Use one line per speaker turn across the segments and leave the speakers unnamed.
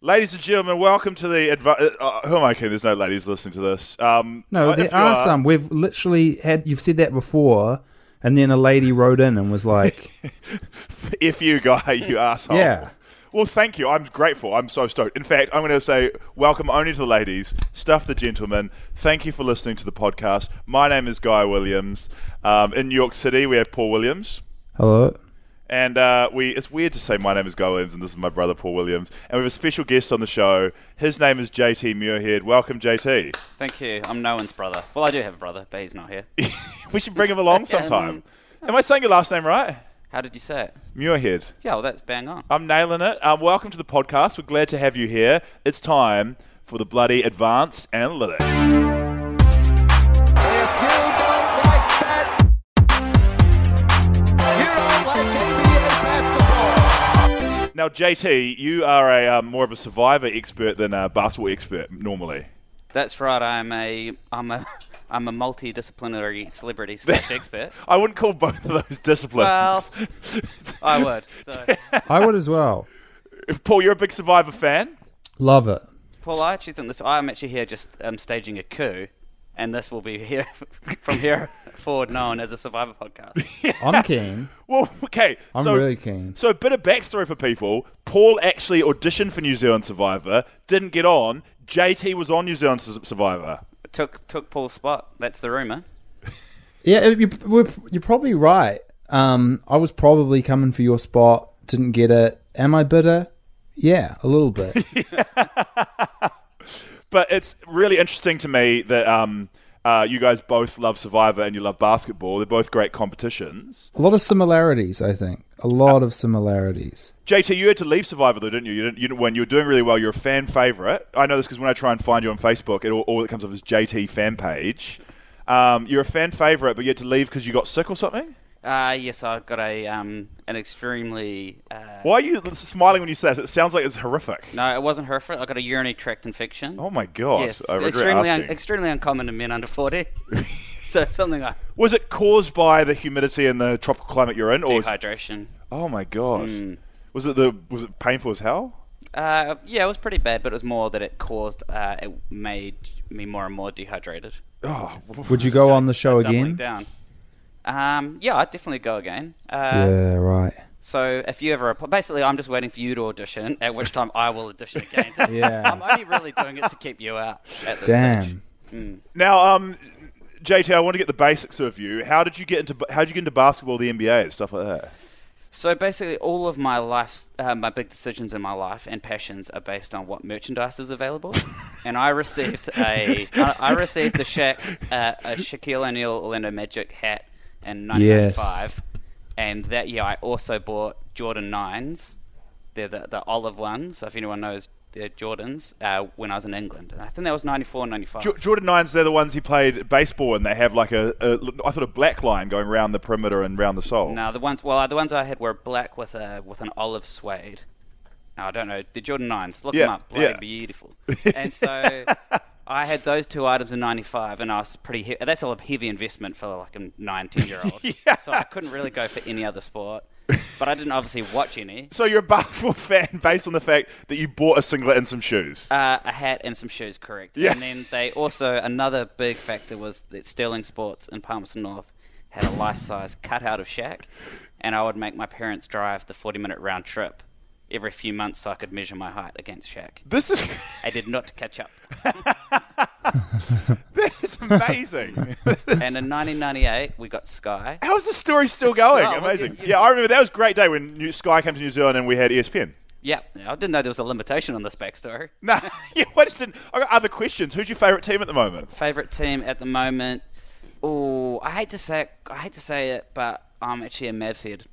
Ladies and gentlemen, welcome to the advi- uh, who am I kidding? There's no ladies listening to this. Um,
No,
Oh,
if
there
you
are, some. We've literally had you've said that before, and then a lady wrote in and was like,
If you guy, you asshole.
"Yeah,
Well, thank you. I'm grateful. I'm so stoked. In fact, I'm going to say welcome only to the ladies, stuff the gentlemen. Thank you for listening to the podcast. My name is Guy Williams. Um, in New York City, we have Paul Williams.
hello."
And uh, we it's weird to say my name is Guy Williams and this is my brother Paul Williams. And we have a special guest on the show. His name is JT Muirhead. Welcome, JT.
Thank you. I'm no one's brother. Well, I do have a brother, but he's not here.
We should bring him along sometime. Um, Am I saying your last name right?
How did you say it?
Muirhead.
Yeah, well, that's bang on.
I'm nailing it. Um, welcome to the podcast. We're glad to have you here. It's time for the bloody advanced analytics.
If you don't like that, you don't like NBA basketball.
Now, JT, you are a um, more of a survivor expert than a basketball expert normally.
That's right. I'm a I'm a I'm a multidisciplinary celebrity slash expert.
I wouldn't call both of those disciplines.
Well- I would. So,
I would as well.
Paul, you're a big Survivor fan.
Love it.
Paul, I actually think this. I'm actually here just um, staging a coup, and this will be here from here forward known as a Survivor podcast.
I'm keen.
Well, okay.
I'm
so,
really keen.
So, a bit of backstory for people. Paul actually auditioned for New Zealand Survivor, didn't get on. JT was on New Zealand Su- Survivor.
took took Paul's spot. That's the rumor.
Yeah, you, we're, you're probably right. Um, I was probably coming for your spot, didn't get it. Am I bitter? Yeah, a little bit.
But it's really interesting to me that um, uh, you guys both love Survivor and you love basketball. They're both great competitions.
a lot of similarities, I think. A lot of similarities.
JT, you had to leave Survivor though, didn't you? You didn't, you didn't win. You were doing really well. You're a fan favorite. I know this because when I try and find you on Facebook, it all, all that comes up is JT fan page. Um, you're a fan favorite, but you had to leave because you got sick or something.
Uh, yes, I've got a um, an extremely uh,
Why are you smiling when you say this? It sounds like it's horrific.
no. It wasn't horrific. I got a urinary tract infection.
Oh my god!
Yes,
I regret
extremely
asking.
extremely uncommon in men under forty. so something like
was it caused by the humidity and the tropical climate you're in, or was-
dehydration.
oh my god,
Hmm.
was it the was it painful as hell?
Uh, yeah, it was pretty bad, but it was more that it caused uh, it made me more and more dehydrated.
Oh,
Would you go on the show
Doubling
again?
down. Um, yeah, I'd definitely go again. Uh,
Yeah, right.
So if you ever, basically, I'm just waiting for you to audition, at which time I will audition again.
Yeah.
I'm only really doing it to keep you out. At this stage.
Damn.
Now, um, JT, I want to get the basics of you. How did you get into how did you get into basketball, the NBA, and stuff like that?
So basically, all of my life's uh, my big decisions in my life and passions are based on what merchandise is available. and I received a I, I received a Shaq uh, a Shaquille O'Neal Orlando Magic hat in 1995, and that year I also bought Jordan Nines. They're the, the olive ones. So if anyone knows, they're Jordans. Uh, when I was in England, and I think that was 94, 95.
Jo- Jordan Nines, they're the ones who played baseball, and they have like a, a I thought a black line going round the perimeter and round the sole.
No, the ones well, the ones I had were black with a with an olive suede. No, I don't know. The Jordan Nines. Look
Yeah,
them up. Bloody
yeah.
beautiful. And so I had those two items in '95, and I was pretty. He- that's all a heavy investment for like a nine, ten year old. So I couldn't really go for any other sport, but I didn't obviously watch any.
So you're a basketball fan based on the fact that you bought a singlet and some shoes.
Uh, a hat and some shoes, correct.
Yeah.
And then they also another big factor was that Sterling Sports in Palmerston North had a life size cutout of Shaq, and I would make my parents drive the forty minute round trip every few months so I could measure my height against Shaq.
this is
I did not catch up.
this is amazing.
and in 1998 we got Sky.
How is the story still going?
Wow,
Amazing.
you- you-
yeah, I remember that was a great day when New Sky came to New Zealand and we had E ESPN.
Yeah, I didn't know there was a limitation on this backstory.
No, yeah, I just didn't. I got other questions. Who's your favourite team at the moment?
favorite team at the moment. Oh, I hate to say it, I hate to say it, but I'm actually a Mavs head.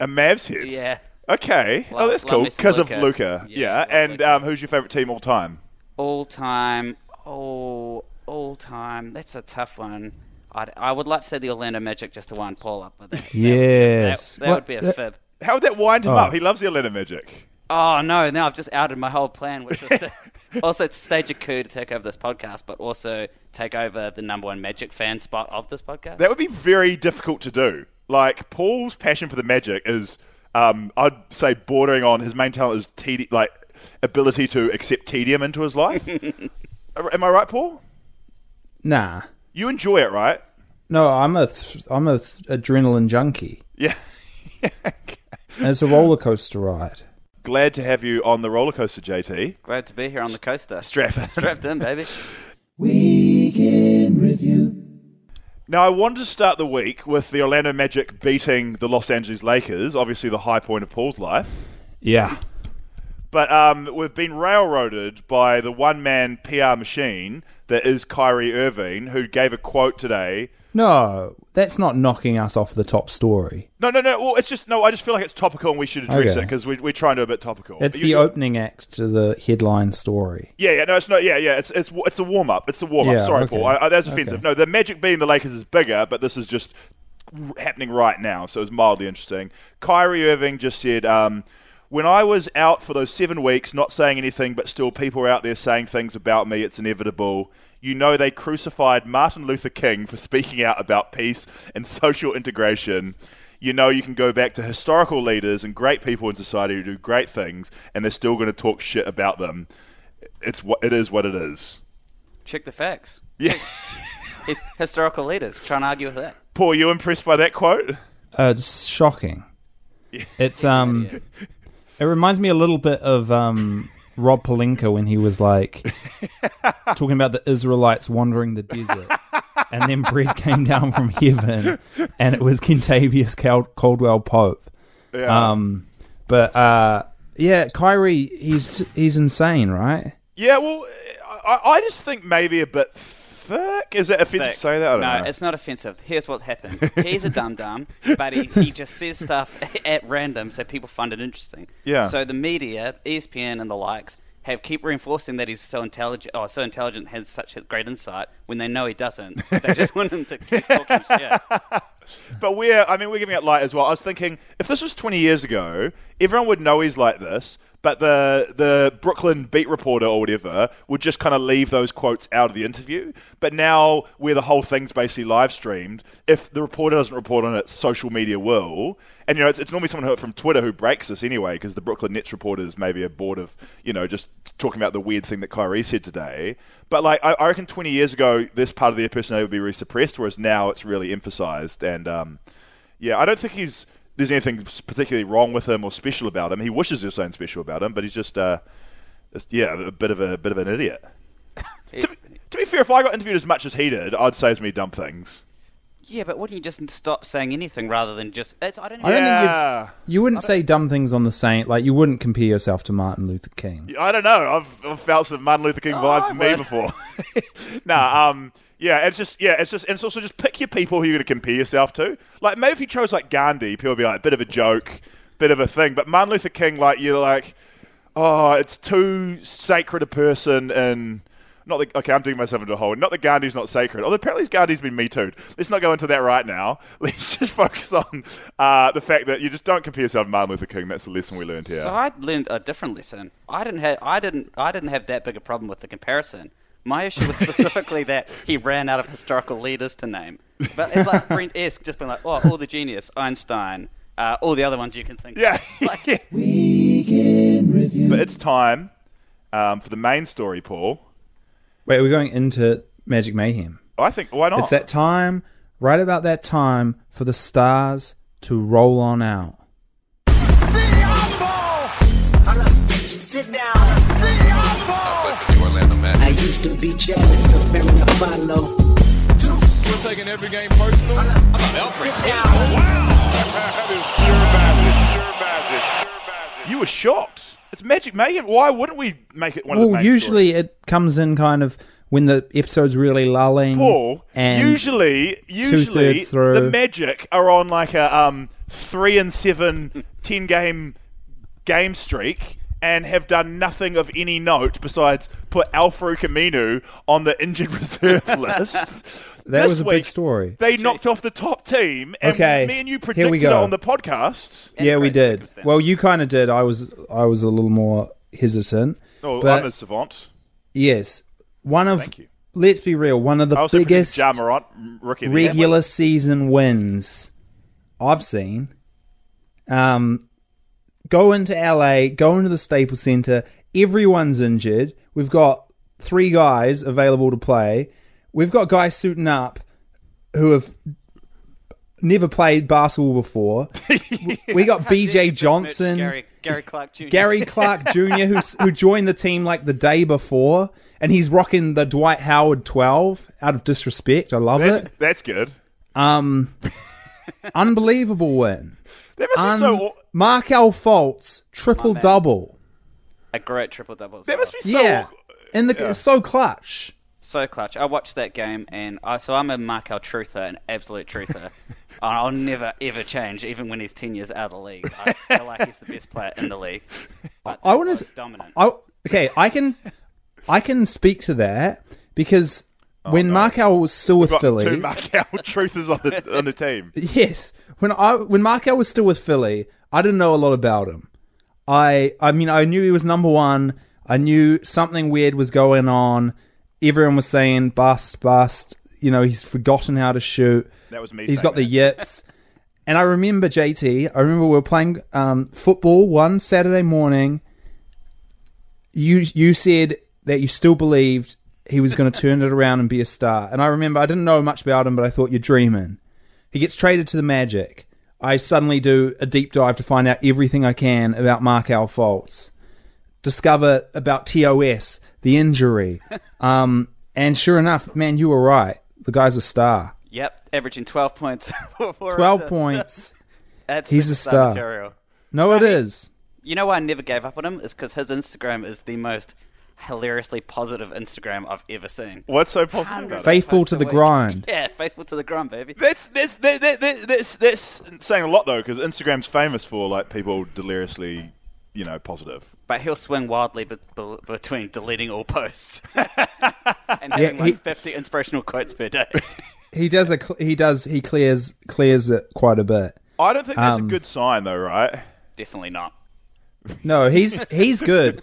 A Mavs head.
Yeah.
Okay. oh,
Love-
that's
love
cool.
me some
Because of
Luka.
Luca.
Yeah,
Yeah.
love
And
Luka.
um, who's your favourite team all time?
All time. Oh, all time. That's a tough one. I'd, I would like to say the Orlando Magic just to wind Paul up, but that, that-
Yes.
that, that,
What-
would be a
that-
fib.
How would that wind him
Oh.
up? He loves the Atlanta Magic.
Oh no! Now I've just outed my whole plan, which was to also to stage a coup to take over this podcast, but also take over the number one Magic fan spot of this podcast.
That would be very difficult to do. Like Paul's passion for the Magic is, um, I'd say, bordering on his main talent is tedi- like ability to accept tedium into his life. Am I right, Paul?
Nah.
You enjoy it, right?
No, I'm a th- I'm a th- adrenaline junkie.
Yeah.
And it's a roller coaster ride.
Glad to have you on the roller coaster, JT.
Glad to be here on the coaster.
Strap it.
Strapped in, baby.
Now, I wanted to start the week with the Orlando Magic beating the Los Angeles Lakers, obviously the high point of Paul's life.
Yeah.
But um, we've been railroaded by the one man PR machine that is Kyrie Irving, who gave a quote today.
No, that's not knocking us off the top story.
No, no, no. Well, it's just, no, I just feel like it's topical and we should address it
Okay.
because we, we're trying to be a bit topical.
It's
You-
the opening act to the headline story.
Yeah, yeah, no, it's not. Yeah, yeah, it's it's it's a warm up. It's a warm up.
Yeah,
Sorry,
okay.
Paul. I, I, Oh, that's offensive.
Okay.
No, the Magic beating the Lakers is bigger, but this is just r- happening right now, so it's mildly interesting. Kyrie Irving just said, um, "When I was out for those seven weeks, not saying anything, but still people were out there saying things about me. It's inevitable." You know they crucified Martin Luther King for speaking out about peace and social integration. You know you can go back to historical leaders and great people in society who do great things, and they're still going to talk shit about them it's what it is what it is.
Check the facts.
Yeah.
His historical leaders trying to argue with that.
Paul, you impressed by that quote?
Uh, it's shocking. It's um, it reminds me a little bit of um, Rob Palinka when he was like talking about the Israelites wandering the desert, and then bread came down from heaven, and it was Kentavious Cal- Caldwell Pope.
Yeah.
Um, but uh, yeah, Kyrie, he's he's insane, right?
yeah, well, I, I just think maybe a bit thick. Is it offensive
Thick.
to say that? I don't
no,
know.
it's not offensive. Here's what happened. He's a dum dum, but he, he just says stuff at random so people find it interesting.
Yeah.
So the media, E ESPN and the likes, have keep reinforcing that he's so intelligent oh so intelligent has such great insight when they know he doesn't. They just want him to keep talking shit.
but we're, I mean, we're giving it light as well. I was thinking if this was 20 years ago, everyone would know he's like this, but the the Brooklyn beat reporter or whatever would just kind of leave those quotes out of the interview. But now, where the whole thing's basically live streamed, if the reporter doesn't report on it, social media will. And you know, it's, it's normally someone who, from Twitter who breaks this anyway, because the Brooklyn Nets reporters maybe are bored of you know just talking about the weird thing that Kyrie said today. But like, I, I reckon 20 years ago, this part of their personality would be really suppressed, whereas now it's really emphasized. And um, yeah, I don't think he's there's anything particularly wrong with him or special about him. He wishes there's something special about him, but he's just, uh, just- yeah, a bit of a bit of an idiot. to, be, to be fair, if I got interviewed as much as he did, I'd say as many dumb things.
Yeah, but wouldn't you just stop saying anything rather than just? It's, I don't even.
I don't think
Yeah.
it's you wouldn't say dumb things on the saint like you wouldn't compare yourself to Martin Luther King.
I don't know. I've, I've felt some Martin Luther King vibes to me
would.
before. nah, um, yeah, it's just yeah, it's just and it's also just pick your people who you're going to compare yourself to. Like maybe if you chose like Gandhi, people would be like bit of a joke, bit of a thing. But Martin Luther King, like you're like, oh, it's too sacred a person and. Not that, okay, I'm digging myself into a hole. Not that Gandhi's not sacred. Although apparently Gandhi's been Me Too'd. Let's not go into that right now. Let's just focus on uh, the fact that you just don't compare yourself to Martin Luther King. That's the lesson we learned here.
So I learned a different lesson. I didn't have. I didn't. I didn't have that big a problem with the comparison. My issue was specifically that he ran out of historical leaders to name. But it's like Brent esque, just being like, oh, all the genius, Einstein, uh, all the other ones you can think.
Yeah.
Of. Like,
But it's time um, for the main story, Paul.
Wait, we're going into Magic Mayhem.
I think why not?
It's that time, right about that time, for the stars to roll on out.
Sit down. I used to be jealous of men I follow.
We're taking every game personal.
Sit down.
you were shocked. It's Magic Mayhem. Why wouldn't we make it one of the
Well,
main
usually
stories?
it comes in kind of when the episode's really lulling.
Paul,
and
usually, usually
two-thirds through.
the Magic are on like a um, three and seven, ten game game streak and have done nothing of any note besides put Alfredo Camino on the injured reserve list.
That
This
was a big
week,
story.
They knocked off the top team, and
Okay,
me and you
here we
predicted it
go.
on the podcast.
yeah, we
great
did.
circumstance.
Well, you kind of did. I was I was a little more hesitant.
Oh,
But-
I'm a savant.
Yes, one of
Thank you.
let's be real, one of the
I also predicted
biggest
Ja Morant, m- rookie of the year.
regular season wins I've seen. Um, go into LA, go into the Staples Center. Everyone's injured. We've got three guys available to play. We've got guys suiting up who have never played basketball before. we got BJ Johnson.
Gary, Gary Clark Jr.
Gary Clark Jr., who who joined the team like the day before, and he's rocking the Dwight Howard twelve out of disrespect. I love
That's,
it.
that's good.
Um, unbelievable win.
That must be
Um,
so. aw-
Markel Fultz triple double.
a great triple double.
That must be so.
Yeah, and the it's so clutch.
so clutch. I watched that game, and I, so I'm a Markel truther, an absolute truther. And I'll never ever change, even when he's ten years out of the league. I feel like he's the best player in the league. But
I want
most
to.
dominant.
I, okay, I can, I can speak to that because when Markel was still with
Oh, Got
Philly,
two Markel truthers on the on the team.
Yes, when I when Markel was still with Philly, I didn't know a lot about him. I I mean, I knew he was number one. I knew something weird was going on. Everyone was saying bust, bust. You know, he's forgotten how to shoot.
That was me.
He's
saying
got the
that.
yips. and I remember JT. I remember we were playing um, football one Saturday morning. You you said that you still believed he was going to turn it around and be a star. And I remember I didn't know much about him, but I thought you're dreaming. He gets traded to the Magic. I suddenly do a deep dive to find out everything I can about Markel Fultz. Discover about TOS, the injury. um, and sure enough, man, you were right. The guy's a star.
Yep, averaging twelve points. four
12
assists.
points.
That's
He's a
superstar
star.
Material.
No, it is.
You know why I never gave up on him is because his Instagram is the most hilariously positive Instagram I've ever seen.
What's so positive about it?
Faithful
Post
to
a
the
week.
grind.
Yeah, faithful to the grind, baby.
That's that's that, that, that, that's that's saying a lot though, because Instagram's famous for like people deliriously, you know, positive.
But he'll swing wildly be- be- between deleting all posts and having
he-
like 50 inspirational quotes per day.
He does a cl- he does he clears clears it quite a bit.
I don't think that's
Um,
a good sign though, right?
Definitely not.
No, he's he's good.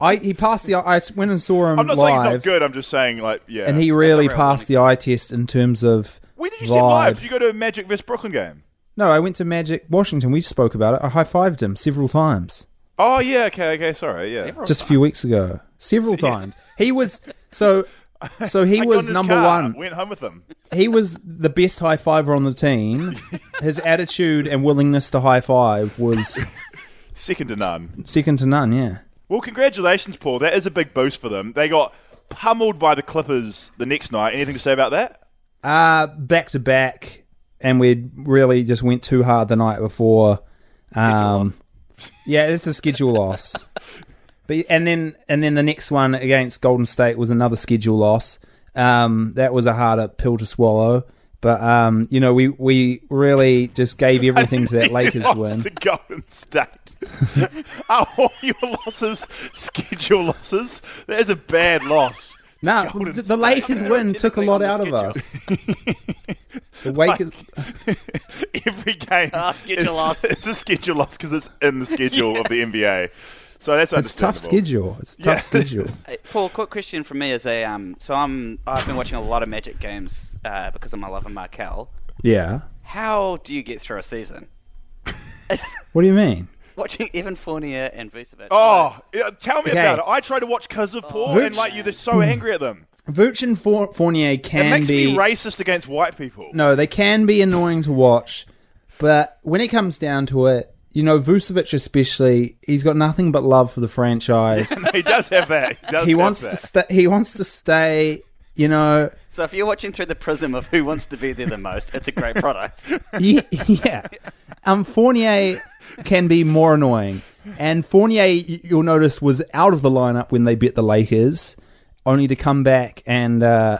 I he passed the I went and saw him
I'm not saying
live
he's not good. I'm just saying like yeah.
and he really
real
passed the eye test in terms of
when did you
vibe.
see him live? Did you go to a Magic vs Brooklyn game?
No, I went to Magic Washington. We spoke about it. I high fived him several times
Oh yeah, okay, okay, sorry, yeah.
just a few weeks ago. Several times. He was so so
I
he
got in
was
his
number
car,
one.
Went home with him.
he was the best high fiver on the team. His attitude and willingness to high five was
Second to none.
second to none. Yeah.
Well, congratulations, Paul. That is a big boost for them. They got pummeled by the Clippers the next night. Anything to say about that?
Uh back to back, and we really just went too hard the night before. Um, yeah, it's a schedule loss. But and then and then the next one against Golden State was another schedule loss. Um, that was a harder pill to swallow. But um, you know, we we really just gave everything to that Lakers
Lost
win.
to Golden State. Are all your losses schedule losses? That is a bad loss. to
No,
Golden
the, the
State.
Lakers win took a lot out of us. the Lakers,
Every game
Ah, schedule
is-
loss.
It's a schedule loss because it's in the schedule of the NBA. So that's
it's tough
understandable.
schedule. It's tough
Yeah.
schedule.
Hey, Paul, quick question from me is a um, so I'm I've been watching a lot of Magic games uh, because of my love of Markel.
Yeah.
How do you get through a season?
What do you mean?
Watching Evan Fournier and Vucevic.
Oh, yeah, tell me
Okay. Mm.
about it. I try to watch because of Paul, and like you, they're so angry at them.
Vooch and Four- Fournier
It
can
makes
be
me racist against white people.
no, they can be annoying to watch, but when it comes down to it, you know Vucevic especially, he's got nothing but love for the franchise.
he does have that. He, does
he
have
wants
that.
to sta he wants to stay. You know,
So if you're watching through the prism of who wants to be there the most, it's a great product.
yeah, yeah. Um, Fournier can be more annoying, and Fournier, y- you'll notice, was out of the lineup when they beat the Lakers, only to come back and uh,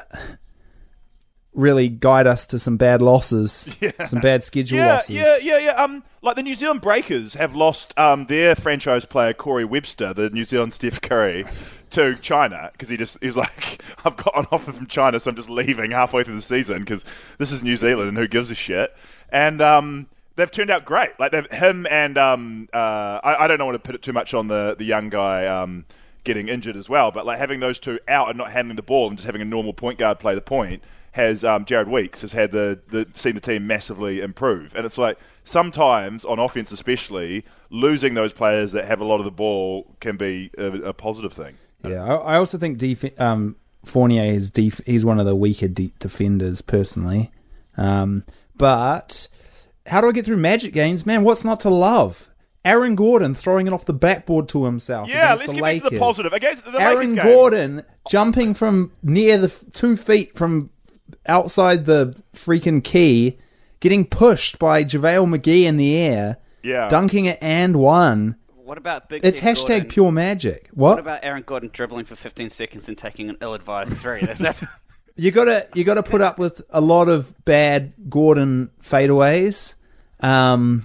really guide us to some bad losses, some bad schedule
Yeah,
losses.
yeah, yeah, yeah. Um, like the New Zealand Breakers have lost um, their franchise player Corey Webster, the New Zealand Steph Curry, to China because he just he's like, I've got an offer from China, so I'm just leaving halfway through the season because this is New Zealand and who gives a shit. And um, they've turned out great. Like they've, him and um, uh, I, I don't want to put it too much on the the young guy. Um, Getting injured as well, but like having those two out and not handling the ball and just having a normal point guard play the point has um, Jared Weeks has had the, the seen the team massively improve, and it's like sometimes on offense, especially losing those players that have a lot of the ball can be a, a positive thing.
Yeah, I, I also think def- um, Fournier is def- he's one of the weaker de- defenders personally. Um, but how do I get through Magic games, man? What's not to love? Aaron Gordon throwing it off the backboard to himself.
Yeah,
against
let's
the
get
Lakers.
back to the positive against the Lakers
Aaron
game.
Gordon jumping from near the f- two feet from outside the freaking key, getting pushed by JaVale McGee in the air,
Yeah.
dunking it and one.
What about Big
It's
Dick
hashtag
Gordon?
pure magic. What?
What about Aaron Gordon dribbling for 15 seconds and taking an ill-advised three? That's, that's
you gotta you gotta put up with a lot of bad Gordon fadeaways. Um,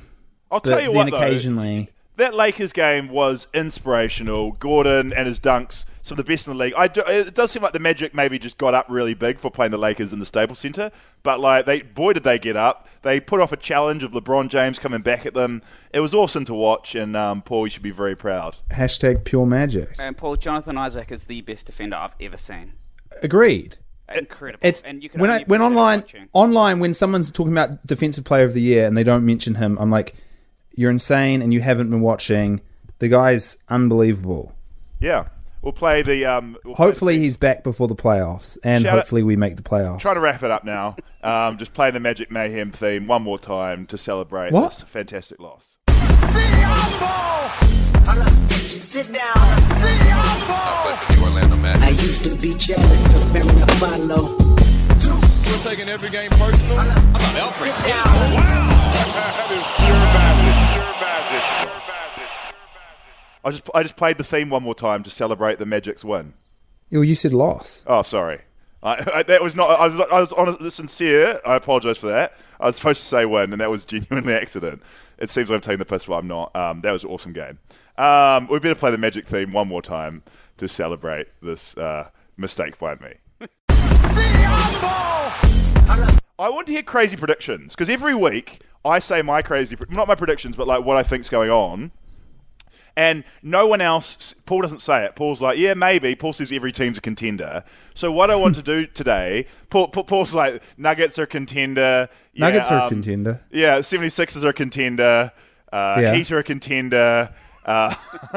I'll
but
tell you
then
what, though,
occasionally,
that Lakers game was inspirational. Gordon and his dunks, some of the best in the league. I do, it does seem like the Magic maybe just got up really big for playing the Lakers in the Staples Center, but like they, boy, did they get up! They put off a challenge of LeBron James coming back at them. It was awesome to watch, and um, Paul, you should be very proud.
hashtag pure magic.
Uh,
and Paul Jonathan Isaac is the best defender I've ever seen.
Agreed.
Incredible.
It's
and you can
when I,
only
when
appreciate
online
watching.
online when someone's talking about defensive player of the year and they don't mention him, I'm like, you're insane and you haven't been watching. The guy's unbelievable.
Yeah, we'll play the. Um, we'll play-
Hopefully he's back before the playoffs, and
Shout out-
hopefully we make the playoffs.
Trying to wrap it up now. Um, just play the Magic Mayhem theme one more time to celebrate
What?
this fantastic loss.
Hold up, sit down.
I played for the Orlando
I
Magic.
used to be jealous of Mary to follow.
We're taking every game personal. I'm not
Sit down.
I just I just played the theme one more time to celebrate the Magic's win.
Well, you said loss.
Oh, sorry. I, I, that was not. I was. I was honest, sincere. I apologise for that. I was supposed to say win, and that was genuinely accident. It seems I'm taking the piss, but I'm not. Um, that was an awesome game. Um, we better play the magic theme one more time to celebrate this uh, mistake by me. I want to hear crazy predictions because every week I say my crazy, pre- not my predictions, but like what I think's going on. And no one else, Paul doesn't say it. Paul's like, yeah, maybe. Paul says every team's a contender. So what I want to do today, Paul, Paul- Paul's like, Nuggets are contender. Yeah,
Nuggets are a
um,
contender.
Yeah, 76ers are a contender. Uh,
Yeah.
Heat are a contender. Uh,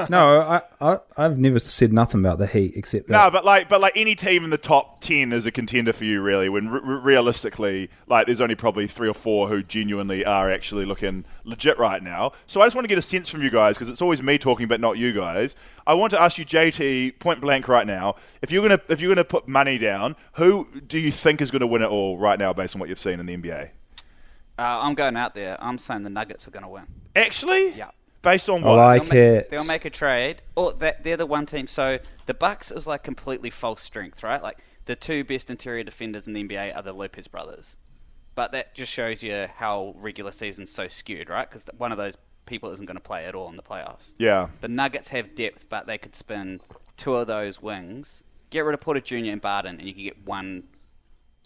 No, I, I I've never said nothing about the Heat except that
no, but like, but like any team in the top ten is a contender for you, really. When re- re- realistically, like, there's only probably three or four who genuinely are actually looking legit right now. So I just want to get a sense from you guys because it's always me talking, but not you guys. I want to ask you, JT, point blank, right now, if you're gonna if you're gonna put money down, who do you think is gonna win it all right now, based on what you've seen in the NBA?
Uh, I'm going out there. I'm saying the Nuggets are going to win.
Actually,
Yeah.
Based on
I
what?
like
They'll
it.
make, they'll make a trade. Or that they're the one team. So the Bucks is like completely false strength, right? Like the two best interior defenders in the NBA are the Lopez brothers. But that just shows you how regular season's so skewed, right? Because one of those people isn't going to play at all in the playoffs.
yeah.
The Nuggets have depth, but they could spin two of those wings. Get rid of Porter Jr. and Barden, and you can get one.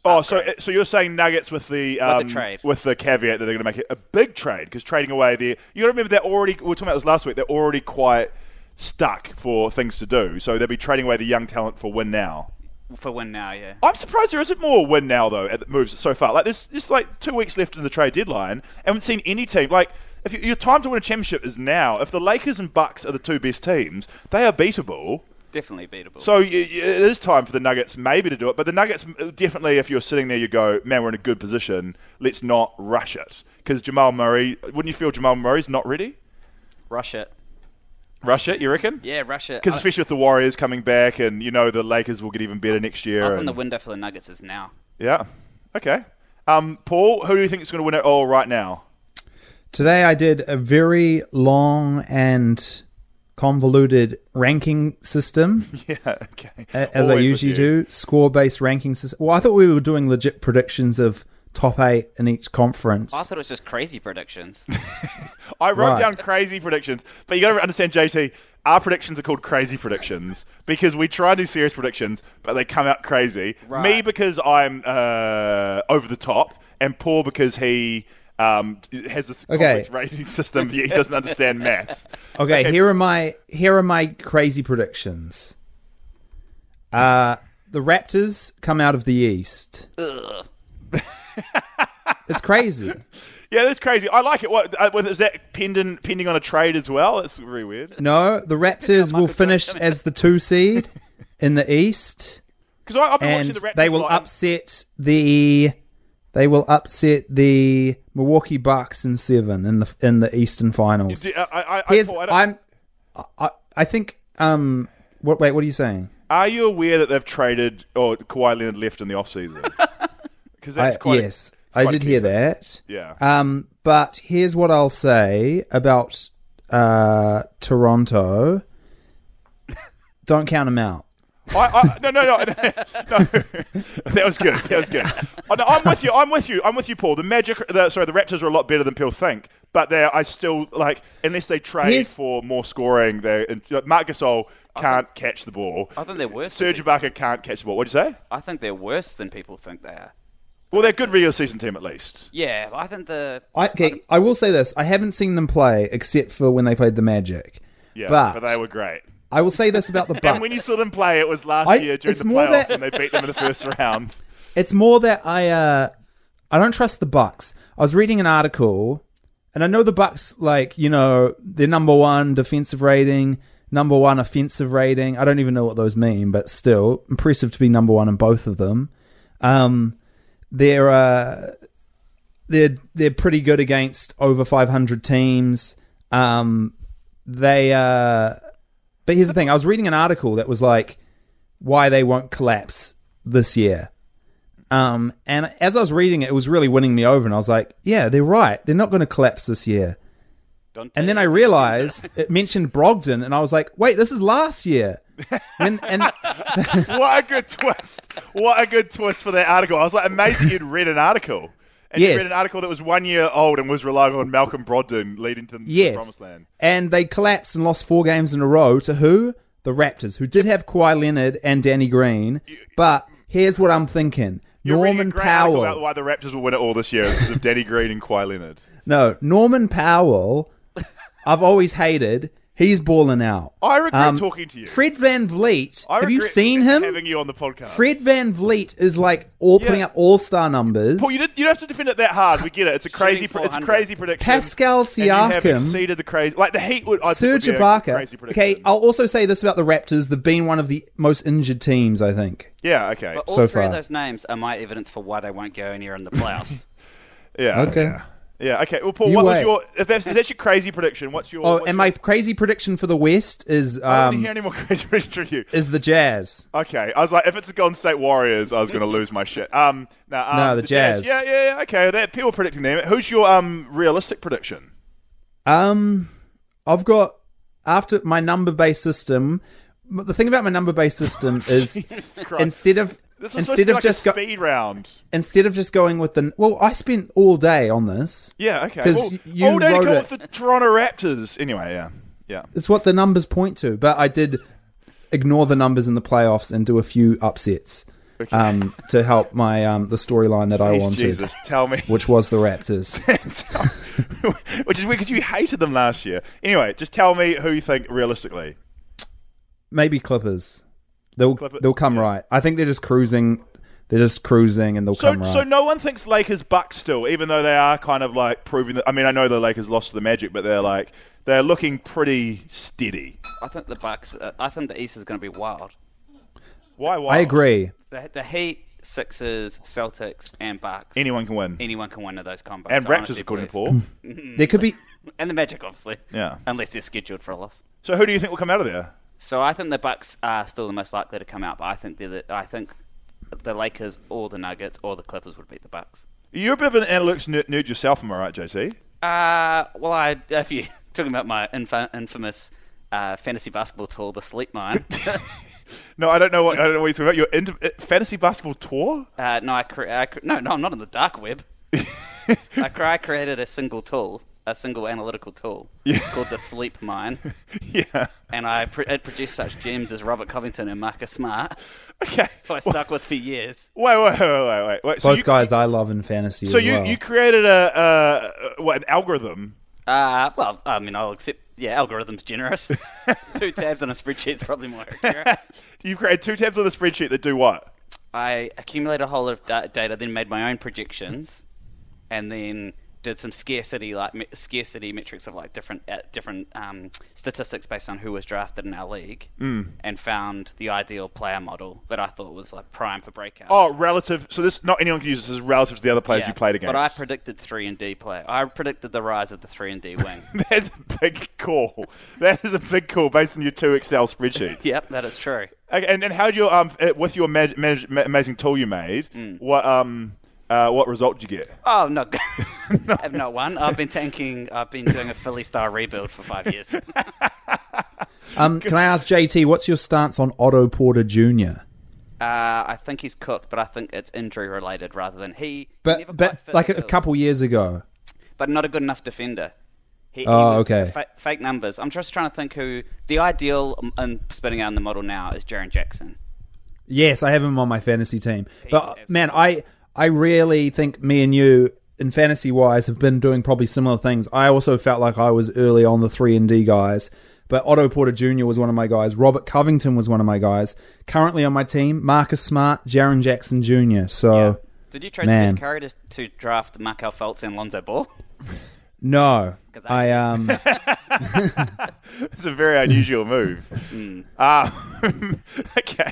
Oh, so so you're saying Nuggets with the um,
trade.
with the caveat that they're going to make it a big trade because trading away the you got to remember they're already we were talking about this last week they're already quite stuck for things to do so they'll be trading away the young talent for win now.
For win now, yeah.
I'm surprised there isn't more win now though at the moves so far. Like there's just like two weeks left in the trade deadline and haven't seen any team like if you, your time to win a championship is now. If the Lakers and Bucks are the two best teams, they are beatable.
Definitely beatable.
So y- y- it is time for the Nuggets maybe to do it, but the Nuggets m- definitely, if you're sitting there, you go, man, we're in a good position. Let's not rush it because Jamal Murray. Wouldn't you feel Jamal Murray's not ready?
rush it.
Rush it, you reckon?
Yeah, rush it.
Because
I-
especially with the Warriors coming back, and you know the Lakers will get even better next year.
I think
and-
the window for the Nuggets is now.
yeah. Okay. Um, Paul, who do you think is going to win it all right now?
Today I did a very long and convoluted ranking system
Yeah, okay.
a- as I
Always with
usually
you.
do, score based ranking system. Well, I thought we were doing legit predictions of top eight in each conference.
I thought it was just crazy predictions.
I wrote
Right.
down crazy predictions, but you got to understand, JT, our predictions are called crazy predictions because we try to do serious predictions, but they come out crazy. Me because I'm uh, over the top, and Paul because he um, has this
Okay.
complex rating system. that He doesn't understand maths.
Okay, here are my here are my crazy predictions. Uh the Raptors come out of the East. it's crazy.
Yeah, that's crazy. I like it. What uh, was is that pending pending on a trade as well? That's very weird.
No, the Raptors will finish as the two seed in the East,
Because I've been
and
watching the Raptors.
they will
a lot.
upset the they will upset the Milwaukee Bucks in seven in the in the Eastern Finals.
Do- uh, I, I, I,
Here's,
Paul, I don't-
I'm I, I think um what wait what are you saying?
Are you aware that they've traded or Kawhi Leonard left in the offseason? Because that's
I-
quite a-
yes,
it's
I
quite a
did hear
key fact.
that.
Yeah.
Um, but here's what I'll say about uh, Toronto. Don't count them out.
I, I, no, no, no, no. That was good. That was good. Oh, no, I'm with you. I'm with you. I'm with you, Paul. The Magic, the, sorry, the Raptors are a lot better than people think. But they, are I still like, unless they trade
Here's-
for more scoring, they and, like, Marc Gasol can't catch the ball.
I think they're worse. Than
Serge
people-
Ibaka can't catch the ball. What'd you say?
I think they're worse than people think they are.
Well, they're a good regular season team at least.
Yeah, I think the
I, okay, I will say this: I haven't seen them play except for when they played the Magic.
Yeah,
but,
they were great.
I will say this about the Bucks.
And when you saw them play, it was last
I-
year during
it's
the
more
playoffs when
that-
they beat them in the first round.
It's more that I uh I don't trust the Bucks. I was reading an article and I know the Bucks like, you know, their number one defensive rating, number one offensive rating. I don't even know what those mean, but still impressive to be number one in both of them. Um they're uh they're they're pretty good against over 500 teams. Um they uh but here's the thing. I was reading an article that was like why they won't collapse this year. Um, and as I was reading it, it was really winning me over, and I was like, "Yeah, they're right. They're not going to collapse this year."
Dante
And then I realized it mentioned Brogdon, and I was like, "Wait, this is last year." When, and
what a good twist! What a good twist for that article. I was like, amazing you'd read an article. And you
Yes.
read an article that was one year old and was relying on Malcolm Brogdon leading to the
yes,
promised land.
and they collapsed and lost four games in a row to who? The Raptors, who did have Kawhi Leonard and Danny Green. But here's what I'm thinking:
You're reading a
Norman
great article
Powell.
about why the Raptors will win it all this year is because of Danny Green and Kawhi Leonard.
No, Norman Powell, I've always hated. He's balling out.
I regret talking to you.
Um, Fred Van Vliet,
Oh, I
have you
regret
seen him?
Having you on the podcast,
Fred Van Vliet is like all putting
Yeah.
up all star numbers.
Paul, you, did, you don't have to defend it that hard. We get it. It's a crazy, pre- it's a
400.
crazy prediction.
Pascal
And you have
Siakam-
exceeded the crazy. Like the Heat would. I think, would
Serge
be a
Ibaka.
Crazy prediction.
Okay, I'll also say this about the Raptors. They've been one of the most injured teams, I think.
yeah. Okay.
But all
so
three of
far.
those names are my evidence for why they won't go anywhere in the playoffs.
Yeah. Oh,
Okay.
Yeah. Yeah, Okay. Well, Paul,
You
what was
wait.
your? If that's, if that's your crazy prediction, what's your?
Oh,
what's
and
your-
my crazy prediction for the West is
I don't want to
um,
hear any more crazy predictions from you.
is the Jazz.
Okay, I was like, if it's the Golden State Warriors, I was going to lose my shit. Um, no, um,
No, the Jazz.
Yeah, yeah, yeah. Okay, that people predicting them. Who's your um realistic prediction?
Um, I've got after my number based system. m- The thing about my number based system is
Jesus Christ.
instead of
this is supposed to
instead
be
of
like
just
a
go,
speed round.
instead of just going with the well, I spent all day on this.
Yeah, okay.
'Cause
Well,
you
all day to
wrote
go
it.
with the Toronto Raptors. Anyway, yeah, yeah.
It's what the numbers point to, but I did ignore the numbers in the playoffs and do a few upsets um, to help my um, the storyline that I
Please,
wanted,
Jesus, tell me.
which was the Raptors.
Tell- Which is weird because you hated them last year. Anyway, just tell me who you think realistically.
Maybe Clippers. They'll
Clipper-
they'll come right. I think they're just cruising. They're just cruising and they'll
So,
come right.
so no one thinks Lakers Bucks still, even though they are kind of like proving that. I mean, I know the Lakers lost to the Magic, but they're like they're looking pretty steady.
I think the Bucks. Uh, I think the East is going to be wild.
Why? Why?
I agree.
The, the Heat, Sixers, Celtics, and Bucks.
Anyone can win.
anyone can win of those combos.
and
I
Raptors,
honestly
according to
believe.
Paul. Hmm.
There could be
And the Magic, obviously.
Yeah.
Unless they're scheduled for a loss.
So who do you think will come out of there?
So I think the Bucks are still the most likely to come out, but I think they're the, I think the Lakers or the Nuggets or the Clippers would beat the Bucks.
You're a bit of an analytics ner- nerd yourself, am I right, JT?
Uh, well, I if you talking about my infa- infamous uh, fantasy basketball tool, the Sleep Mine.
No, I don't know what I don't know what you're talking about. Your inter- uh, fantasy basketball tour?
uh, no, I cre- I cre- no, no, I'm not on the dark web. I, cre- I created a single tool, a single analytical tool called the Sleep Mine,
Yeah.
and I pr- it produced such gems as Robert Covington and Marcus Smart,
Okay.
who I stuck with for years.
Wait, wait, wait, wait, wait. wait. So
Both
you,
guys I love in fantasy.
So
as
you,
well.
you created a uh, what an algorithm?
Uh, well, I mean, I'll accept. Yeah, algorithms generous. Two tabs on a spreadsheet's probably more accurate.
You created two tabs on the spreadsheet that do what?
I accumulated a whole lot of da- data, then made my own projections, and then did some scarcity like me- scarcity metrics of like different uh, different um, statistics based on who was drafted in our league, mm. and found the ideal player model that I thought was like prime for breakout.
Oh, relative. So this not anyone can use this is relative to the other players you played against.
But I predicted three and D play. I predicted the rise of the three and D wing.
That's a big call. That is a big call based on your two Excel spreadsheets.
yep, that is true.
Okay, and and how did your um uh, with your mag- manage- ma- amazing tool you made?
Hmm.
What um uh, what result did you get?
Oh no, I have not won. I've been tanking. I've been doing a Philly star rebuild for five years.
um, can I ask JT what's your stance on Otto Porter Jr.?
Uh, I think he's cooked, but I think it's injury related rather than he.
But
never quite
but
fit
like
the
a
bill,
couple years ago,
but not a good enough defender. He, he
Oh,
would-
okay.
fa- fake numbers. I'm just trying to think who the ideal um, and spinning out in the model now is Jaron Jackson.
Yes, I have him on my fantasy team. But man, I I really think me and you in fantasy wise have been doing probably similar things. I also felt like I was early on the 3 and D guys, but Otto Porter Jr was one of my guys. Robert Covington was one of my guys. Currently on my team, Marcus Smart, Jaron Jackson Jr. So
Did you trade
Oh, Man.
Steph Curry to, to draft Markel Fultz and Lonzo Ball?
no.
'Cause I-
I um
It's a very unusual move.
Hmm.
Um, okay.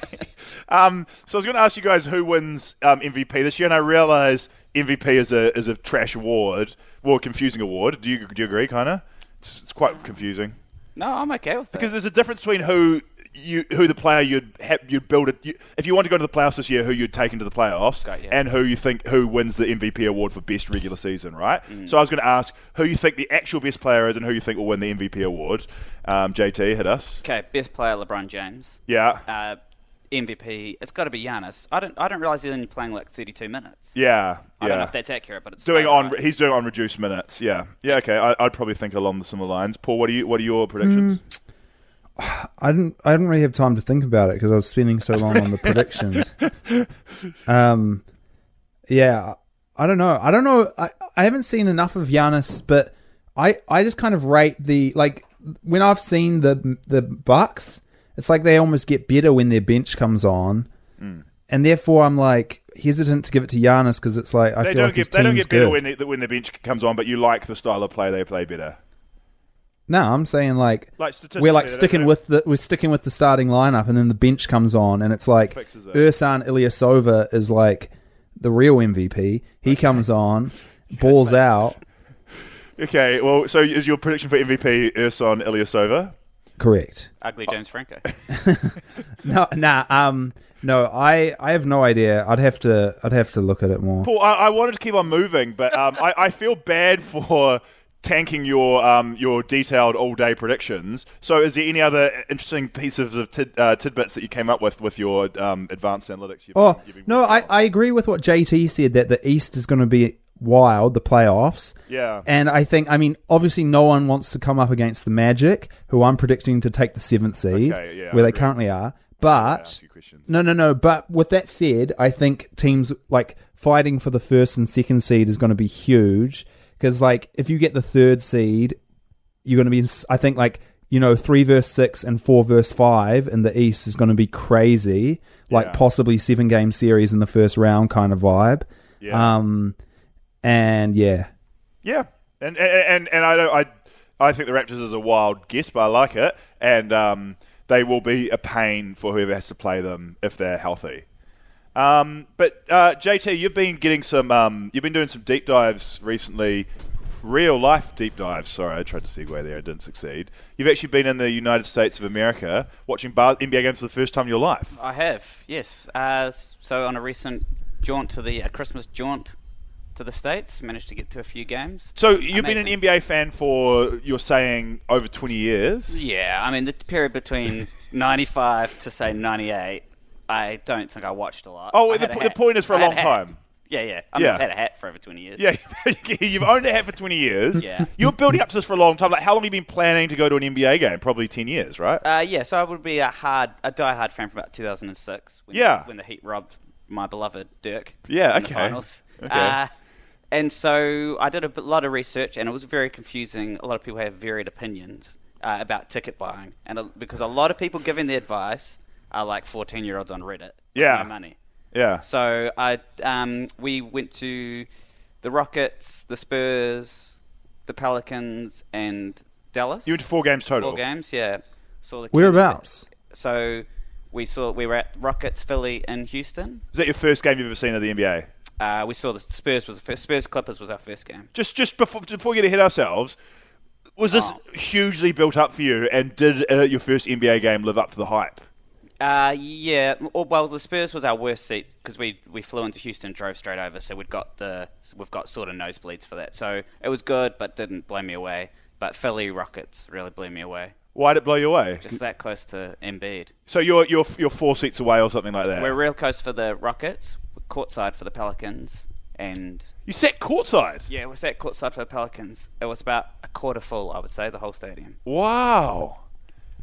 Um, so I was going to ask you guys who wins um, MVP this year, and I realise MVP is a is a trash award, well, confusing award. Do you do you agree, kind of? It's, it's quite confusing
No, I'm okay with
because
it.
there's a difference between who you who the player you'd ha- you'd build it you, if you want to go into the playoffs this year, who you'd take into the playoffs,
Great, yeah.
and who you think who wins the MVP award for best regular season, right?
Mm.
So I was going to ask who you think the actual best player is, and who you think will win the MVP award. Um, JT hit us.
Okay, best player LeBron James.
Yeah.
Uh, MVP. It's got to be Giannis. I don't. I don't realize he's only playing like 32 minutes.
Yeah,
I
yeah.
don't know if that's accurate, but it's
doing
about
on
right.
he's doing on reduced minutes. Yeah, yeah. Okay, I, I'd probably think along the similar lines. Paul, what are you? What are your
Mm.
predictions?
I didn't I didn't really have time to think about it because I was spending so long on the predictions. Um, yeah, I don't know. I don't know. I, I haven't seen enough of Giannis, but I I just kind of rate the like when I've seen the the Bucks, it's like they almost get better when their bench comes on,
Mm.
and therefore I'm like hesitant to give it to Giannis because it's like I
They
feel
don't
like his
get they don't
team's
get better
good.
when the, when the bench comes on, but you like the style of play they play better.
No, I'm saying like,
Like, statistically,
we're like
they don't
sticking
have-
with the we're sticking with the starting lineup, and then the bench comes on, and it's like
Fixes it.
Ursan Ilyasova is like the real MVP. He comes on, balls out.
Okay, well, so is your prediction for MVP Urson Ilyasova?
Correct.
ugly James Franco.
No, nah. Um, no, I I have no idea. I'd have to I'd have to look at it more.
Paul, I, I wanted to keep on moving, but um, I, I feel bad for tanking your um, your detailed all day predictions. So, is there any other interesting pieces of tid, uh, tidbits that you came up with with your um, advanced analytics? You've
Oh
you've been
no,
working
I,
on?
I agree with what JT said that the East is going to be wild, the playoffs.
Yeah.
and I think I mean obviously no one wants to come up against the Magic, who I'm predicting to take the seventh seed,
Okay, yeah,
where
I
they
agree.
currently are. But
ask you questions.
no, no, no. But with that said, I think teams like fighting for the first and second seed is going to be huge because like if you get the third seed, you're going to be. In, I think like you know three verse six and four verse five in the East is going to be crazy. Like
Yeah.
possibly seven game series in the first round kind of vibe.
Yeah.
Um, and yeah,
Yeah, and and and, and I don't. I I think the Raptors is a wild guess, but I like it, and um, they will be a pain for whoever has to play them if they're healthy. Um, but uh, JT, you've been getting some. Um, you've been doing some deep dives recently. Real life deep dives. Sorry, I tried to segue there. I didn't succeed. You've actually been in the United States of America watching bar- NBA games for the first time in your life.
I have, yes. Uh, s- so on a recent jaunt to the uh, Christmas jaunt to the States, managed to get to a few games.
So you've been
Amazing.
an NBA fan for you're saying over 20 years.
Yeah, I mean, the period between 95 to, say, 98, I don't think I watched a lot.
Oh,
I
the,
had a
po- the
hat.
point is for a
I had
long
hat.
time.
Yeah, yeah. I mean,
Yeah.
I've had a hat for over 20 years.
Yeah, you've owned a hat for 20 years.
Yeah.
You're building up to this for a long time. Like, how long have you been planning to go to an NBA game? Probably 10 years, right?
Uh, yeah, so I would be a hard, a die-hard fan from about 2006. When,
Yeah.
When the Heat robbed my beloved Dirk.
Yeah,
in
okay.
The finals.
Okay.
Uh, and so I did a b- lot of research, and it was very confusing. A lot of people have varied opinions uh, about ticket buying, and a, because a lot of people giving the advice are like 14-year-olds on Reddit.
Yeah.
No money.
yeah.
So I, um, we went to the Rockets, the Spurs, the Pelicans, and Dallas.
you went to four games total.
Four games, yeah. Saw the
Whereabouts?
So we saw we were at Rockets, Philly, and Houston.
Is that your first game you've ever seen of the NBA?
Uh, we saw the Spurs was the first, Spurs Clippers was our first game.
Just just before, before we get ahead of ourselves, was this
Oh.
hugely built up for you? And did uh, your first NBA game live up to the hype?
Uh, yeah. Or, well, the Spurs was our worst seat because we we flew into Houston, drove straight over, so we'd got the we've got sort of nosebleeds for that. So it was good, but didn't blow me away. But Philly Rockets really blew me away.
Why did it blow you away?
Just that close to Embiid.
So you're, you're, you're four seats away or something like that.
We're real close for the Rockets, courtside for the Pelicans, and
you sat courtside.
yeah, we sat courtside for the Pelicans. It was about a quarter full, I would say, the whole stadium.
Wow.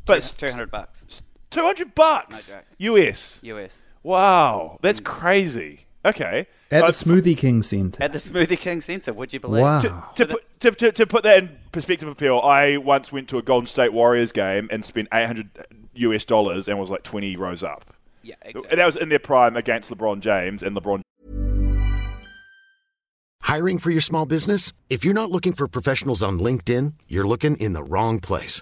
But s-
Two hundred bucks
200 bucks.
No joke. Mm.
US.
US
Wow. That's crazy. Okay.
At
Uh,
the Smoothie King Center.
at the Smoothie King Centre. Would you believe?
Wow.
to, to, put, to, to, to put that in perspective appeal, I once went to a Golden State Warriors game and spent 800 US dollars and was like 20 rows up.
Yeah,
And
exactly.
that was in their prime against LeBron James, and LeBron
Hiring for your small business? If you're not looking for professionals on LinkedIn, you're looking in the wrong place.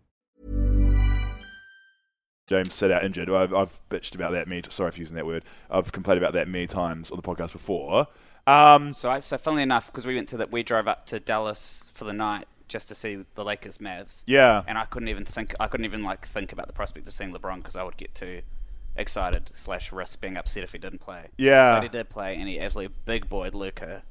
James set out injured. I've, I've bitched about that many. Sorry for using that word. I've complained about that many times on the podcast before. Um,
so, I, so funnily enough, because we went to that, we drove up to Dallas for the night just to see the Lakers Mavs.
Yeah.
and I couldn't even think. I couldn't even like think about the prospect of seeing LeBron because I would get too excited slash risk being upset if he didn't play.
Yeah.
but he did play, and he absolutely big boyed Luca.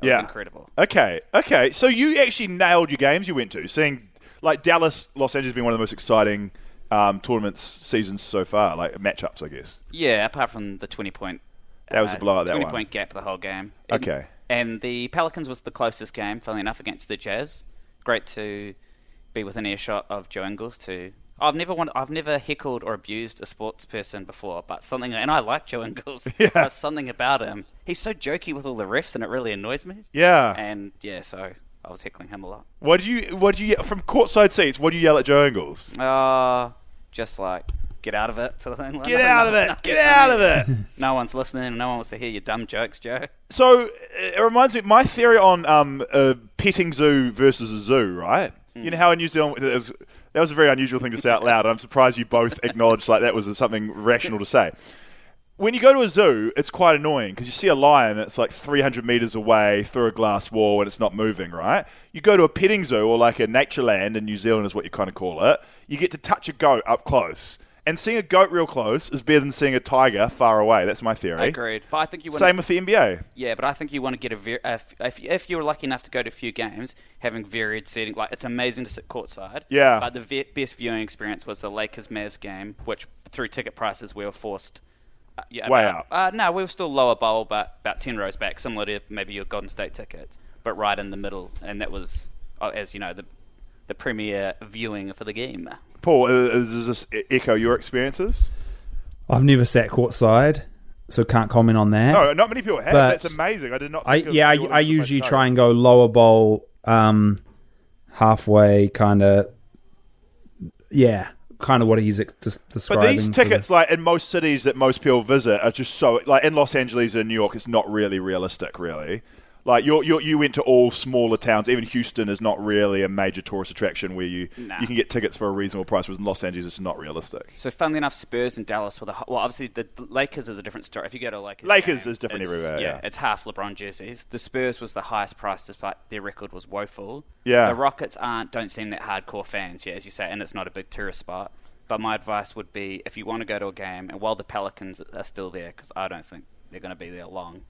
It
yeah,
was incredible.
Okay, okay. So you actually nailed your games you went to. Seeing like Dallas, Los Angeles being one of the most exciting um, tournaments seasons so far, like matchups, I guess.
Yeah, apart from the twenty point.
That was a blowout, that
20
one.
point gap the whole game.
Okay.
And the Pelicans was the closest game, funnily enough, against the Jazz. Great to be within earshot of Joe Ingles. To I've never want, I've never heckled or abused a sports person before, but something and I like Joe Ingles. Yeah. But something about him. He's so jokey with all the refs, and it really annoys me.
Yeah.
And yeah, so I was heckling him a lot.
What do you? What do you? From courtside seats, what do you yell at Joe Ingles?
Uh, just like get out of it, sort of thing. Like,
Get
no,
out of
no,
it!
no,
Get
no,
out of
no.
it!
No one's listening. No one wants to hear your dumb jokes, Joe.
So uh, it reminds me my theory on um, a petting zoo versus a zoo, right? You know
Hmm.
how in New Zealand it was, that was a very unusual thing to say out loud. I'm surprised you both acknowledged like that was something rational to say. When you go to a zoo, it's quite annoying because you see a lion that's like 300 meters away through a glass wall and it's not moving, right? You go to a petting zoo or like a nature land in New Zealand is what you kind of call it. You get to touch a goat up close. And seeing a goat real close is better than seeing a tiger far away. That's my theory.
Agreed. But I think you want
Same with the NBA.
Yeah, but I think you want to get a ver- a f- if if you're lucky enough to go to a few games, having varied seating, like it's amazing to sit courtside.
Yeah.
But the ve- best viewing experience was the Lakers Mavs game, which through ticket prices we were forced. Uh, yeah,
Way
about- Uh, no, we were still lower bowl, but about ten rows back, similar to maybe your Golden State tickets, but right in the middle, and that was, oh, as you know, the the premier viewing for the game.
Paul, uh, does this echo your experiences?
I've never sat courtside, so can't comment on that.
No, not many people have.
But
That's amazing. I did not.
I
Think of
yeah, I,
the audience
I
as the most
usually try
target.
and go lower bowl, um, halfway kind of. Yeah, kind of what he's ex- des-
But
describing.
these
for
tickets,
the-
like in most cities that most people visit, are just so like in Los Angeles and New York, it's not really realistic. Really, Like you you you went to all smaller towns. Even Houston is not really a major tourist attraction where you
Nah.
you can get tickets for a reasonable price. Whereas in Los Angeles, it's not realistic.
So, funnily enough, Spurs and Dallas were the ho- well. Obviously, the Lakers is a different story. If you go to a Lakers,
Lakers
game,
is different
it's-
everywhere, yeah.
it's half LeBron jerseys. The Spurs was the highest price, despite their record was woeful.
Yeah.
the Rockets aren't don't seem that hardcore fans yet, as you say, and it's not a big tourist spot. But my advice would be if you want to go to a game, and while the Pelicans are still there, because I don't think they're going to be there long.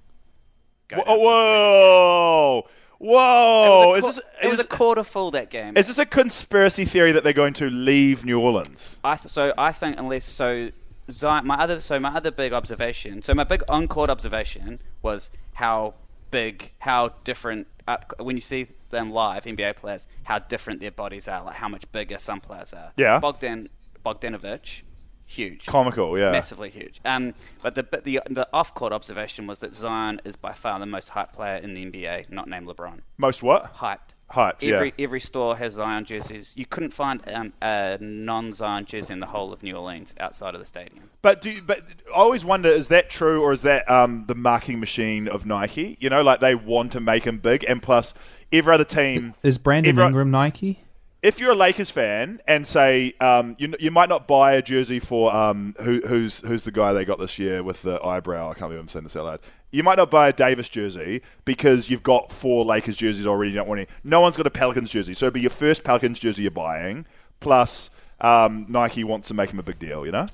Go
Whoa,
down to the
whoa, oh, whoa!
It was a
Is
qu-
this
it was
is,
a quarter full that game.
is this a conspiracy theory that they're going to leave New Orleans?
I th- so I think unless so Zion, my other so my other big observation so my big on court observation was how big how different uh, when you see them live NBA players how different their bodies are like how much bigger some players are
Yeah.
Bogdan Bogdanovic huge
Comical, yeah.
massively huge um but the but the the off court observation was that Zion is by far the most hyped player in the NBA not named LeBron
Most what?
hyped.
Hyped, yeah.
Every every store has Zion jerseys. You couldn't find um, a non-Zion jersey in the whole of New Orleans outside of the stadium.
But do you, but I always wonder is that true or is that um, the marketing machine of Nike? You know, like they want to make him big, and plus every other team
Is Brandon
every-
Ingram Nike?
If you're a Lakers fan and say um, you, you might not buy a jersey for um, who, who's who's the guy they got this year with the eyebrow, I can't believe I'm saying this out loud. You might not buy a Davis jersey because you've got four Lakers jerseys already. You don't want any. No one's got a Pelicans jersey, so it'd be your first Pelicans jersey you're buying. Plus, um, Nike wants to make him a big deal. You know.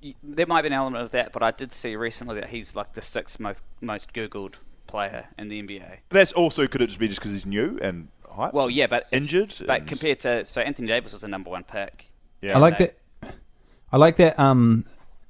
Y- There might be an element of that, but I did see recently that he's like the sixth most most googled player in the NBA.
That's also could it just be just because he's new and hyped?
Well, yeah, but if-
injured.
But
and-
compared to so Anthony Davis was the number one pick.
yeah.
I like that. I like that. Um,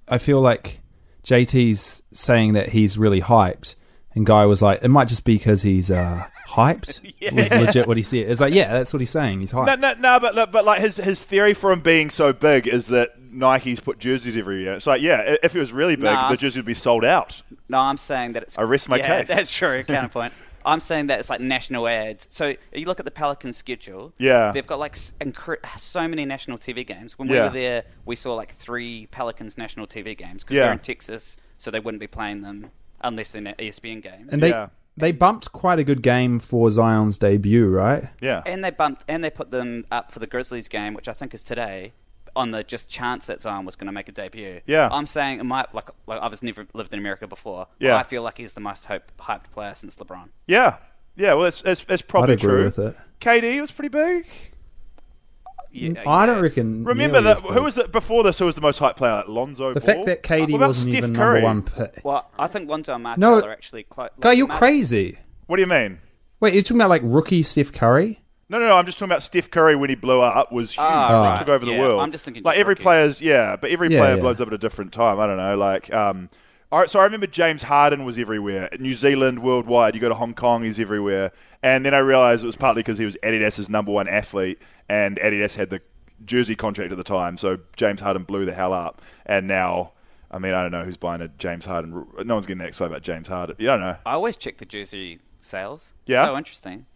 I feel like JT's saying that he's really hyped, and Guy was like, "It might just be because he's uh, hyped." Was legit what he said. It's like, yeah, that's what he's saying. He's hyped.
No, no, no, but look, but like his his theory for him being so big is that Nike's put jerseys every year. It's like, yeah, i- if he was really big,
Nah,
the
it's-
jersey would be sold out.
No, I'm saying that it's.
I rest my
yeah,
case.
That's true. Counterpoint. I'm saying that it's like national ads. So you look at the Pelicans schedule.
Yeah.
They've got like s- incre- so many national TV games. When
Yeah.
we were there, we saw like three Pelicans national TV games because
Yeah.
they're in Texas, so they wouldn't be playing them unless they're na- E ESPN games.
and they
Yeah.
they bumped quite a good game for Zion's debut, right?
Yeah,
And they bumped and they put them up for the Grizzlies game, which I think is today, on the just chance that Zion was going to make a debut.
Yeah.
I'm saying it might like like I've just never lived in America before.
Yeah.
I feel like he's the most hope, hyped player since LeBron.
yeah, yeah. Well, that's that's, that's probably
agree
true.
with it.
KD was pretty big.
Yeah,
I don't
yeah.
reckon.
Remember
nearly
that?
as big.
Who was it before this? Who was the most hyped player? Like Lonzo.
the
Ball?
fact that
What
KD
about
wasn't
Steph
even
Curry?
number one pick?
Well, I think Lonzo and Mark
No.
are actually close.
Guy, you're crazy.
What do you mean?
Wait, you're talking about like rookie Steph Curry?
No, no, no. I'm just talking about Steph Curry when he blew up was huge.
Ah,
He
right.
Took over the
Yeah,
world.
I'm just thinking
like
just
every
rookies.
player's yeah, but every
Yeah,
player
yeah.
blows up at a different time. I don't know. Like, um, all right, so I remember James Harden was everywhere. New Zealand, worldwide. You go to Hong Kong, he's everywhere. And then I realized it was partly because he was Adidas's number one athlete, and Adidas had the jersey contract at the time, so James Harden blew the hell up, and now. I mean, I don't know who's buying a James Harden. No one's getting that excited about James Harden. You don't know.
I always check the jersey sales.
Yeah?
So interesting.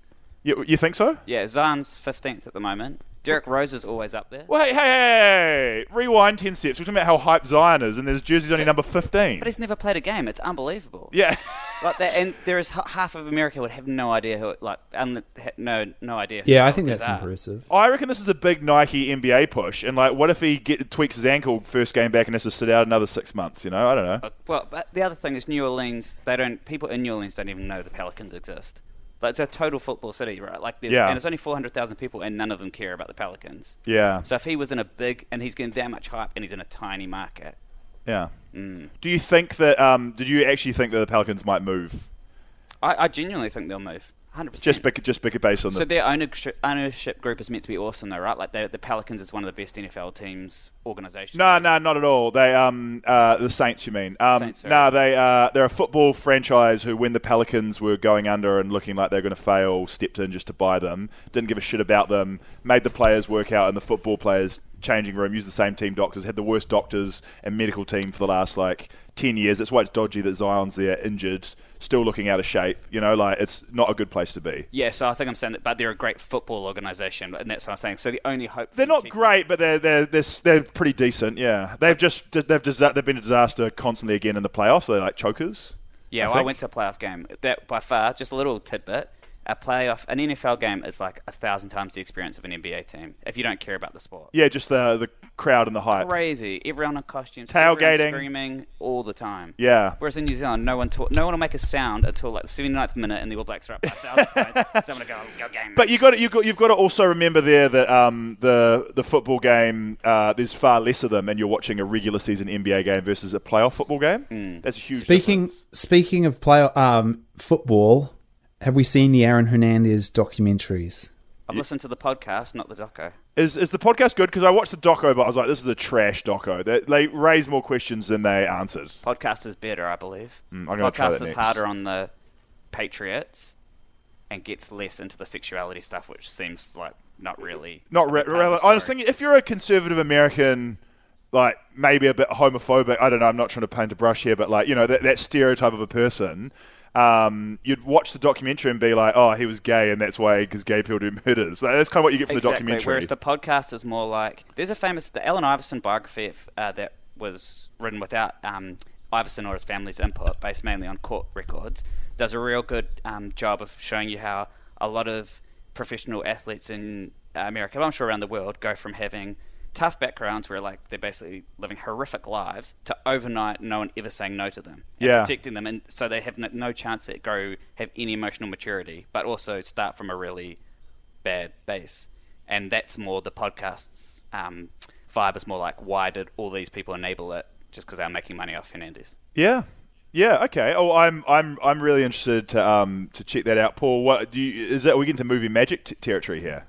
You, you think so?
Yeah, Zion's 15th at the moment. Derek Rose is always up there.
Well, hey, hey, hey, rewind 10 steps. We're talking about how hype Zion is, and there's jerseys only number 15.
But he's never played a game. It's unbelievable.
yeah.
Like that, and there is h- half of America would have no idea who, like, un- ha- no, no idea. Who
Yeah, I
those
think
guys
that's
are.
impressive.
I reckon this is a big Nike NBA push, and like, what if he get, tweaks his ankle first game back and has to sit out another six months? You know, I don't know.
Uh, Well, but the other thing is New Orleans. They don't. People in New Orleans don't even know the Pelicans exist. Like, it's a total football city, right? Like, there's,
Yeah.
and it's only 400,000 people, and none of them care about the Pelicans.
Yeah,
So if he was in a big, and he's getting that much hype, and he's in a tiny market,
yeah.
mm.
Do you think that? Um, did you actually think that the Pelicans might move
I, I genuinely think they'll move. 100%.
just bec- just bec- based on the?
so their ownership, ownership group is meant to be awesome, though, right? Like they- the Pelicans is one of the best NFL teams organizations.
No, no, not at all. They um uh the Saints, you mean? Um,
Saints, sorry.
no, they uh they're a football franchise who, when the Pelicans were going under and looking like they were going to fail, stepped in just to buy them. Didn't give a shit about them. Made the players work out in the football players changing room. Used the same team doctors. Had the worst doctors and medical team for the last like ten years. That's why it's dodgy that Zion's there injured, still looking out of shape. You know, like it's not a good place to be.
Yeah, so I think I'm saying that, but they're a great football organization, and that's what I'm saying. So the only hope for
They're not
keeping-
great, but they're they're they're, s- they're pretty decent. Yeah, they've just they've disa- they've been a disaster constantly again in the playoffs. They're like chokers.
Yeah,
I
well, I
think.
went to a playoff game. That by far, just a little tidbit. A playoff, an NFL game is like a thousand times the experience of an NBA team if you don't care about the sport.
Yeah, just the the crowd and the hype.
Crazy. Everyone in costumes,
Tailgating.
everyone screaming all the time.
Yeah.
Whereas in New Zealand, no one talk, no one will make a sound until like the 79th minute, and the All Blacks are up by a thousand points. Someone will go, go game.
But you got you got you've got to also remember there that um, the the football game uh, there's far less of them, and you're watching a regular season NBA game versus a playoff football game. That's a huge.
Speaking
difference.
speaking of play um, football, have we seen the Aaron Hernandez documentaries?
I've listened to the podcast, not the doco.
is is the podcast good? Because I watched the doco, but I was like, this is a trash doco. They, they raise more questions than they answered.
Podcast is better, I believe.
Mm, I'm gonna
Podcast
try that
is
next.
harder on the Patriots and gets less into the sexuality stuff, which seems like not really.
Not re-
a big part of
relevant.
the
I was
story.
thinking if you're a conservative American, like maybe a bit homophobic. I don't know. I'm not trying to paint a brush here, but like you know that, that stereotype of a person. Um, you'd watch the documentary and be like, "Oh, he was gay, and that's why because gay people do murders." Like, that's kind of what you get from the
exactly.
documentary.
Whereas the podcast is more like there's a famous the Alan Iverson biography uh, that was written without um, Iverson or his family's input, based mainly on court records. Does a real good um, job of showing you how a lot of professional athletes in uh, America, but I'm sure around the world, go from having tough backgrounds where like they're basically living horrific lives to overnight no one ever saying no to them and
Yeah.
protecting them and so they have no, no chance to grow have any emotional maturity but also start from a really bad base. And that's more the podcast's um, vibe is more like, why did all these people enable it just because they're making money off Hernandez?
yeah, yeah, okay. Oh, I'm I'm I'm really interested to um to check that out, Paul. What do you, is that? We get into movie magic t- territory here.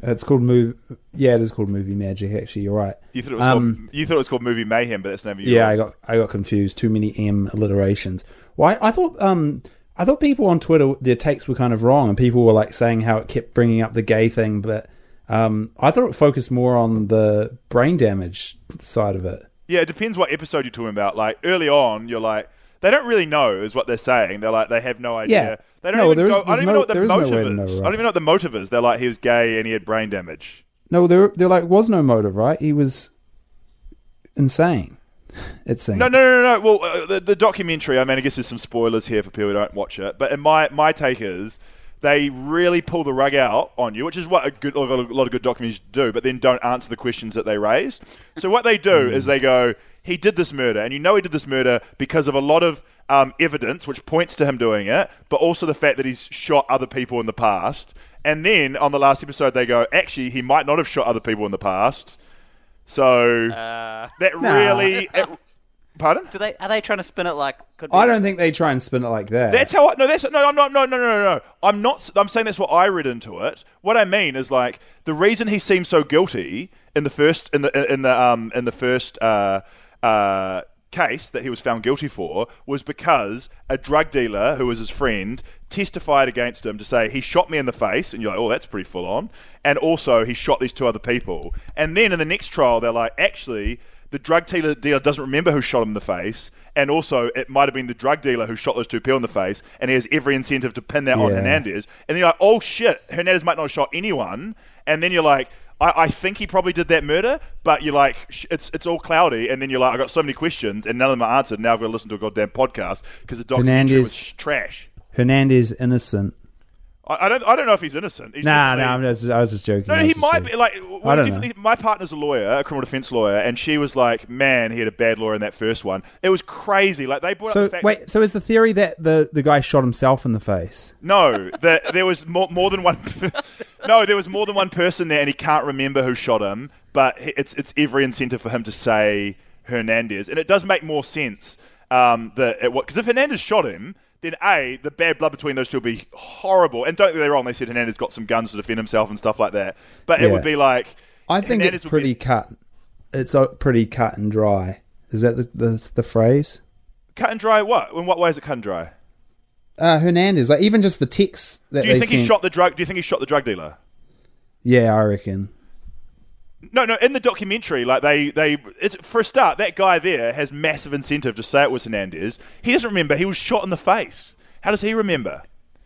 It's called move. Yeah, it is called Movie Magic. Actually, you're right.
You thought it was called, you thought it was called movie mayhem, but that's the name of your
Um, Yeah, I got I got confused. Too many M alliterations. Why? I thought um I thought people on Twitter their takes were kind of wrong, and people were like saying how it kept bringing up the gay thing, but um I thought it focused more on the brain damage side of it.
Yeah, it depends what episode you're talking about. Like early on, you're like they don't really know is what they're saying. They're like they have no idea.
Yeah.
They don't
No,
even
there is-
go, I
there's
don't even
no-
know what the
there is no
motive
way to know,
is. I
right?
don't even know what the motive is. They're like he was gay and he had brain damage.
No, there there like was no motive, right? He was insane. It seemed.
No, no, no, no. Well, uh, the, the documentary. I mean, I guess there's some spoilers here for people who don't watch it. But in my my take is they really pull the rug out on you, which is what a good a lot of good documentaries do. But then don't answer the questions that they raised. So what they do is they go, he did this murder, and you know he did this murder because of a lot of um, evidence which points to him doing it, but also the fact that he's shot other people in the past. And then on the last episode, they go, actually, he might not have shot other people in the past. So that really, it, pardon?
Do they are they trying to spin it like? Could
I don't think they try and spin it like that.
That's how I no. That's no. I'm not. No. No. No. No. No. I'm not. I'm saying that's what I read into it. What I mean is like the reason he seems so guilty in the first in the in the um in the first uh uh case that he was found guilty for was because a drug dealer who was his friend testified against him to say he shot me in the face and you're like oh that's pretty full on and also he shot these two other people and then in the next trial they're like actually the drug dealer, dealer doesn't remember who shot him in the face, and also it might have been the drug dealer who shot those two people in the face, and he has every incentive to pin that on
Yeah.
Hernandez. And then you're like, oh shit, Hernandez might not have shot anyone. And then you're like, I, I think he probably did that murder, but you're like, sh- it's it's all cloudy. And then you're like, I got so many questions, and none of them are answered. Now I've got to listen to a goddamn podcast because the documentary
Hernandez-
was sh- trash.
Hernandez innocent.
I, I don't I don't know if he's innocent. He's
Nah,
definitely-
nah, I'm just, I was just joking.
no,
I
he
was just
might
joking.
be like.
I
Well,
don't
definitely,
know.
my partner's a lawyer, a criminal defense lawyer, and she was like, "Man, he had a bad lawyer in that first one. It was crazy. Like they brought up
So
the fact.
wait, so is the theory that the the guy shot himself in the face?
no, that there was more, more than one. no, there was more than one person there, and he can't remember who shot him. But he- it's it's every incentive for him to say Hernandez, and it does make more sense. Um, that it because if Hernandez shot him. Then a the bad blood between those two would be horrible, and don't get me wrong. They said Hernandez got some guns to defend himself and stuff like that, but it
Yeah.
would be like
I think
Hernandez
it's
would be-
pretty cut. It's uh, pretty cut and dry. Is that the the, the phrase?
Cut and dry what? In what way is it cut and dry?
Uh, Hernandez, like even just the text that
Do you
they
think he
sent-
shot the drug? Do you think he shot the drug dealer?
Yeah, I reckon.
No, no. In the documentary, like they, they, it's for a start. That guy there has massive incentive to say it was Hernandez. He doesn't remember. He was shot in the face. How does he remember?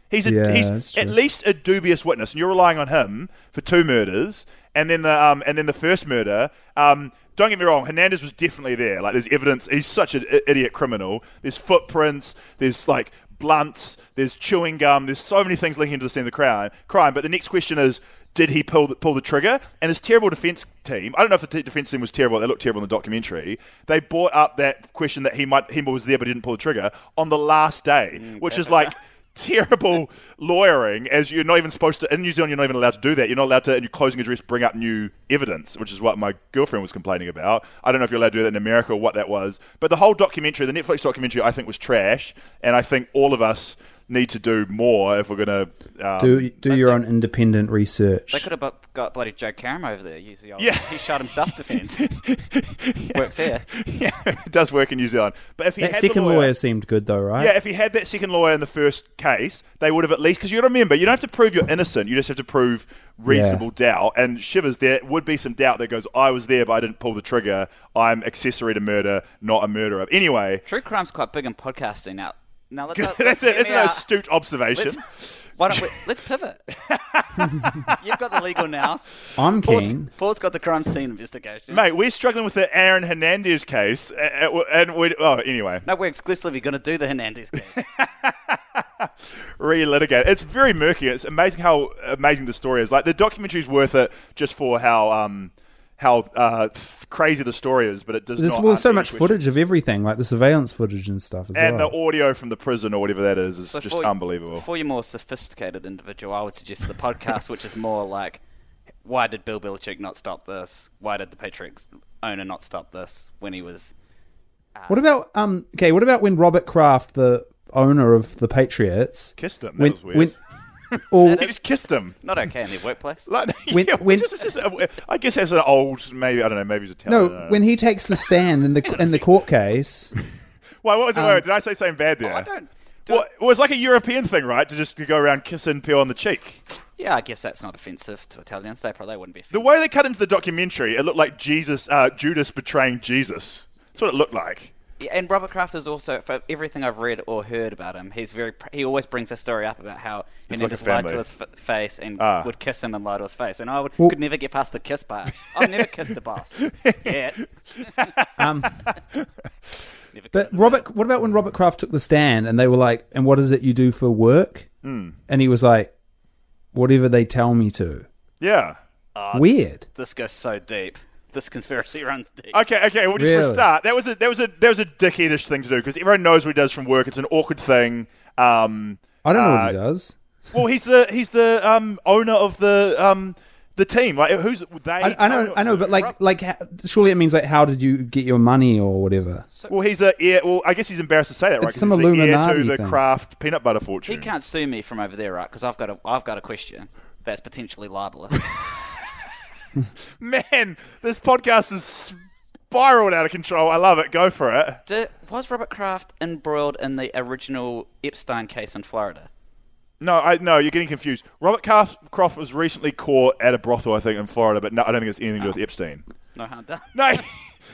He's a,
Yeah,
he's
that's
at
true.
least a dubious witness, and you're relying on him for two murders, and then the um, and then the first murder. Um, Don't get me wrong, Hernandez was definitely there. Like, there's evidence. He's such an i- idiot criminal. There's footprints. There's like blunts. There's chewing gum. There's so many things linking to the scene of the crime. Crime. But the next question is, did he pull the, pull the trigger? And his terrible defense team. I don't know if the t- defense team was terrible. They looked terrible in the documentary. They brought up that question that he might he was there but didn't pull the trigger on the last day, which is like terrible lawyering as you're not even supposed to in New Zealand you're not even allowed to do that. You're not allowed to in your closing address bring up new evidence, which is what my girlfriend was complaining about. I don't know if you're allowed to do that in America or what that was. But the whole documentary, the Netflix documentary I think was trash and I think all of us need to do more if we're gonna um,
Do do your own independent research.
They could have bu- got bloody Joe Karam over there. Use the old,
Yeah.
he shot himself defense. Works here.
Yeah, it does work in New Zealand. But if he
that
had the
second
lawyer,
lawyer seemed good though, right?
Yeah, if he had that second lawyer in the first case, they would have at least because you got to remember, you don't have to prove you're innocent. You just have to prove reasonable doubt. And shivers, there would be some doubt that goes, "I was there, but I didn't pull the trigger. I'm accessory to murder, not a murderer." Anyway,
True crime's quite big in podcasting now. Now let's, let's
that's it.
hear
That's
me
an
out.
astute observation.
Let's, why don't we, let's pivot. You've got the legal now.
I'm
Paul's,
keen.
Paul's got the crime scene investigation.
Mate, we're struggling with the Aaron Hernandez case, uh, uh, and we oh anyway,
No, we're exclusively going to do the Hernandez case.
relitigate. It's very murky. It's amazing how amazing the story is. Like the documentary's worth it just for how um how uh, crazy the story is, but it does.
There's
not
well,
answer
so
any
much
questions.
footage of everything, like the surveillance footage and stuff as
And
well.
the audio from the prison or whatever that is is
So
just
for-
unbelievable.
For your more sophisticated individual, I would suggest the podcast, which is more like, why did Bill Belichick not stop this? Why did the Patriots owner not stop this when he was?
what about um? Okay, what about when Robert Kraft, the owner of the Patriots,
Kissed him. That
when
was weird.
when or
he just kissed him.
Not okay in their workplace.
Like,
When-
yeah,
when-
just, just, I guess as an old, maybe I don't know, maybe he's Italian. I
no,
don't know.
when he takes the stand in the in the court case,
Why? What was
um,
it? wait, did I say something bad there?
Oh, I don't- do
Well, it was like a European thing, right? To just to go around kissing people on the cheek.
Yeah, I guess that's not offensive to Italians. They probably wouldn't be.
The
Offended.
way they cut into the documentary, it looked like Jesus, uh, Judas betraying Jesus. That's what it looked like.
Yeah, and Robert Kraft is also, for everything I've read or heard about him, he's very. pr- He always brings a story up about how
It's
Hernandez
like a
lied to
family.
his f- face and
Ah.
would kiss him and lie to his face. And I would,
Well-
could never get past the kiss part. I've never kissed a boss. Yeah.
um,
Never
but
kissed a
Robert, what about when Robert Kraft took the stand and they were like, "And what is it you do for work?"
Hmm.
And he was like, "Whatever they tell me to."
Yeah. Uh,
Weird.
this goes so deep. This conspiracy runs deep.
Okay, okay. Well, just for a
Really?
start, that was a that was a that was a dickheadish thing to do because everyone knows what he does from work. It's an awkward thing. Um,
I don't know what
Uh,
he does.
Well, he's the he's the um, owner of the um, the team. Like who's they?
I, I know, I know, but like, like, ha- surely it means like, how did you get your money or whatever?
well, he's a heir. Well, I guess he's embarrassed to say that, right? 'Cause
some
he's the heir to
Illuminati
the
thing.
Kraft peanut butter
He
fortune.
can't sue me from over there, right? Because I've got a, I've got a question that's potentially libelous.
Man, this podcast is spiraled out of control. I love it. Go for it.
Do, was Robert Kraft embroiled in the original Epstein case in Florida?
No, I no, you're getting confused. Robert Kraft, Croft was recently caught at a brothel, I think, in Florida, but no, I don't think it's anything to do with Epstein.
No harm done.
No.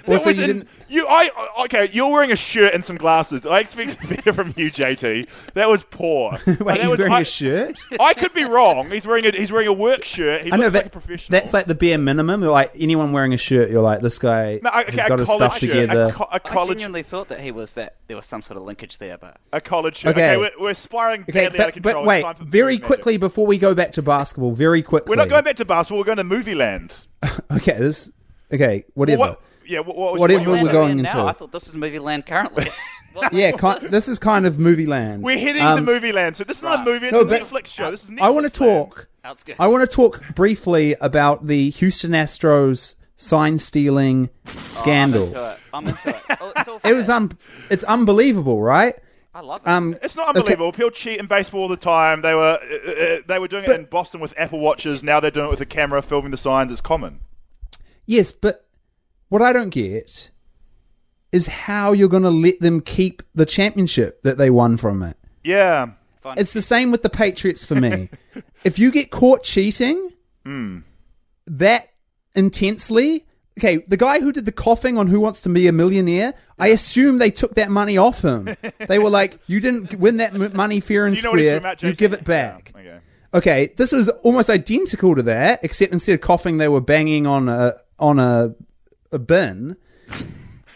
There
Also,
was
Ah. you
an-
didn't-
you- I okay. You're wearing a shirt and some glasses. I expected better from you, JT. That was poor. Like,
Wait,
that
he's
was-
wearing
I-
a shirt.
I could be wrong. He's wearing a he's wearing a work shirt. He
I know
looks
that,
like a professional.
that's like the bare minimum. You're like anyone wearing a shirt, you're like this guy
No, okay,
has got
a college
his stuff
shirt,
together.
A, co- a
I
college,
genuinely thought that he was that there was some sort of linkage there, but
a college shirt. Okay,
Okay.
we're, we're spiraling
okay,
badly out of
but,
control.
but
It's
wait,
time for
very
movie magic.
quickly before we go back to basketball, very quickly.
We're not going back to basketball. We're going to movie land.
Okay, this. Okay, whatever.
What? Yeah. What, what was
Whatever
what-
we're
Land
going
we're in
into.
now. I thought this is movie land currently. What
Yeah,
land
ki-
is
this is kind of movie land.
We're heading to
Um,
movie land. So this is not a movie. It's
no,
a
but-
Netflix show. This is Netflix
I want to
land.
talk.
Outskirts.
I want to talk briefly about the Houston Astros sign stealing
Oh,
scandal.
into it. Oh, I'm into it. Oh, it's all
it was
fair.
um, it's unbelievable, right?
I love it.
Um,
It's not unbelievable. People cheat in baseball all the time. They were uh, uh, they were doing it in Boston with Apple watches. Now they're doing it with a camera, filming the signs. It's common.
Yes, but what I don't get is how you're going to let them keep the championship that they won from it.
Yeah.
Fine.
It's the same with the Patriots for me. if you get caught cheating
Hmm.
that intensely, okay, the guy who did the coughing on Who Wants to Be a Millionaire, I assume they took that money off him. they were like, you didn't win that m- money fair and
Do you know what he's talking
square,
about,
you
JT?
give it back.
Yeah. Okay.
Okay, this was almost identical to that, except instead of coughing, they were banging on a on a a bin.
think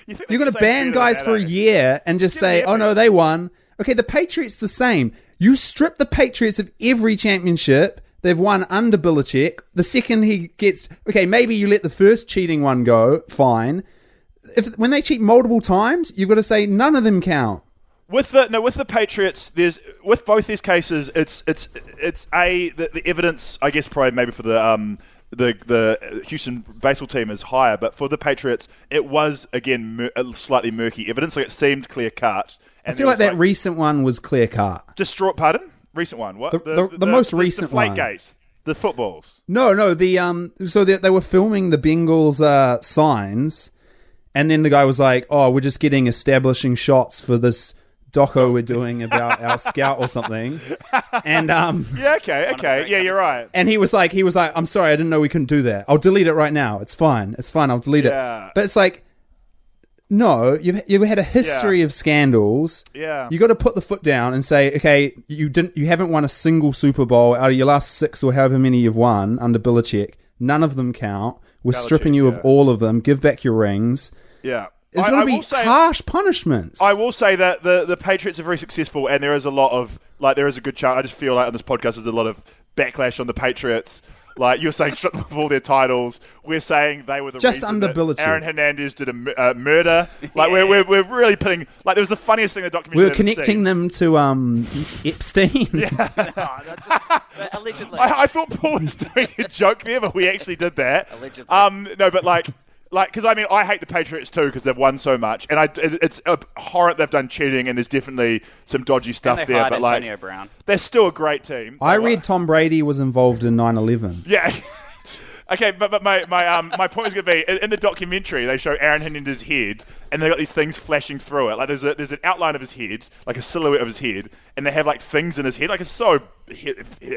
they
You're going
can say
to ban
shit
guys
about
for a
that, eh?
year and just say,
the
oh no,
Everest.
they won. Okay, the Patriots the same. You strip the Patriots of every championship they've won under Belichick. The second he gets, okay, maybe you let the first cheating one go, fine. If when they cheat multiple times, you've got to say none of them count.
With the no, with the Patriots, there's with both these cases, it's it's it's a the, the evidence, I guess, probably maybe for the um the the Houston baseball team is higher, but for the Patriots, it was again mur- uh, slightly murky evidence. Like it seemed clear cut.
I feel like that recent one was clear cut.
distraught. Pardon, recent one. What
The- the- the most recent
the
one.
Flakegate, the footballs.
No, no. The um, so they, they were filming the Bengals uh, signs, and then the guy was like, "Oh, we're just getting establishing shots for this doco we're doing about our scout or something," and um,
Yeah. Okay. Okay. Yeah. You're right.
and he was like, he was like, "I'm sorry, I didn't know we couldn't do that. I'll delete it right now. It's fine. It's fine. I'll delete
Yeah.
it." But it's like. No, you've you've had a history
Yeah.
of scandals.
Yeah.
you got to put the foot down and say, okay, you didn't, you haven't won a single Super Bowl out of your last six or however many you've won under Belichick. None of them count. We're stripping you of
yeah.
all of them. Give back your rings.
Yeah.
It's
I-
going
I
to be
will say-
harsh punishments.
I will say that the the Patriots are very successful, and there is a lot of like there is a good chance. I just feel like on this podcast there's a lot of backlash on the Patriots. Like you're saying, strip them of all their titles. We're saying they were the
Just
reason
under
that
Belichick.
Aaron Hernandez did a mu- uh, murder. Like we're, we're, we're really putting like there was the funniest thing in the documentary.
we were
I've ever
connecting
seen.
them to um, Epstein.
Allegedly.
I, I thought Paul was doing a joke there, but we actually did that.
Allegedly.
Um, no, but like, like, because I mean, I hate the Patriots too because they've won so much, and I it, it's abhorrent they've done cheating, and there's definitely some dodgy stuff
they
there.
hired
but like,
Antonio Brown.
they're still a great team.
I read Tom Brady was involved in 9/11.
Yeah. Okay, but, but my, my, um, my point was going to be in- in the documentary, they show Aaron Hernandez's head, and they got these things flashing through it. Like, there's, a, there's an outline of his head, like a silhouette of his head, and they have, like, things in his head. Like, it's so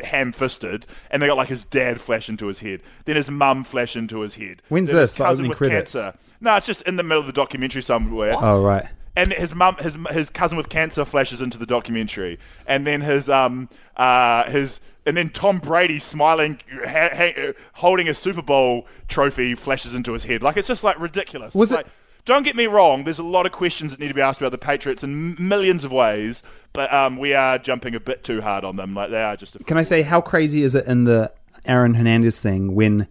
ham fisted, and they got, like, his dad flash into his head, then his mum flash into his head.
When's
then his
this? The
cousin
opening
with
credits?
cancer. No, it's just in the middle of the documentary somewhere.
Oh right.
And his mum, his his cousin with cancer flashes into the documentary, and then his um uh his and then Tom Brady smiling, ha- ha- uh, holding a Super Bowl trophy flashes into his head. Like it's just like ridiculous.
Was
It's
it-
like- don't get me wrong. There's a lot of questions that need to be asked about the Patriots in m- millions of ways, but um, we are jumping a bit too hard on them. Like they are just. A
Can I say how crazy is it in the Aaron Hernandez thing when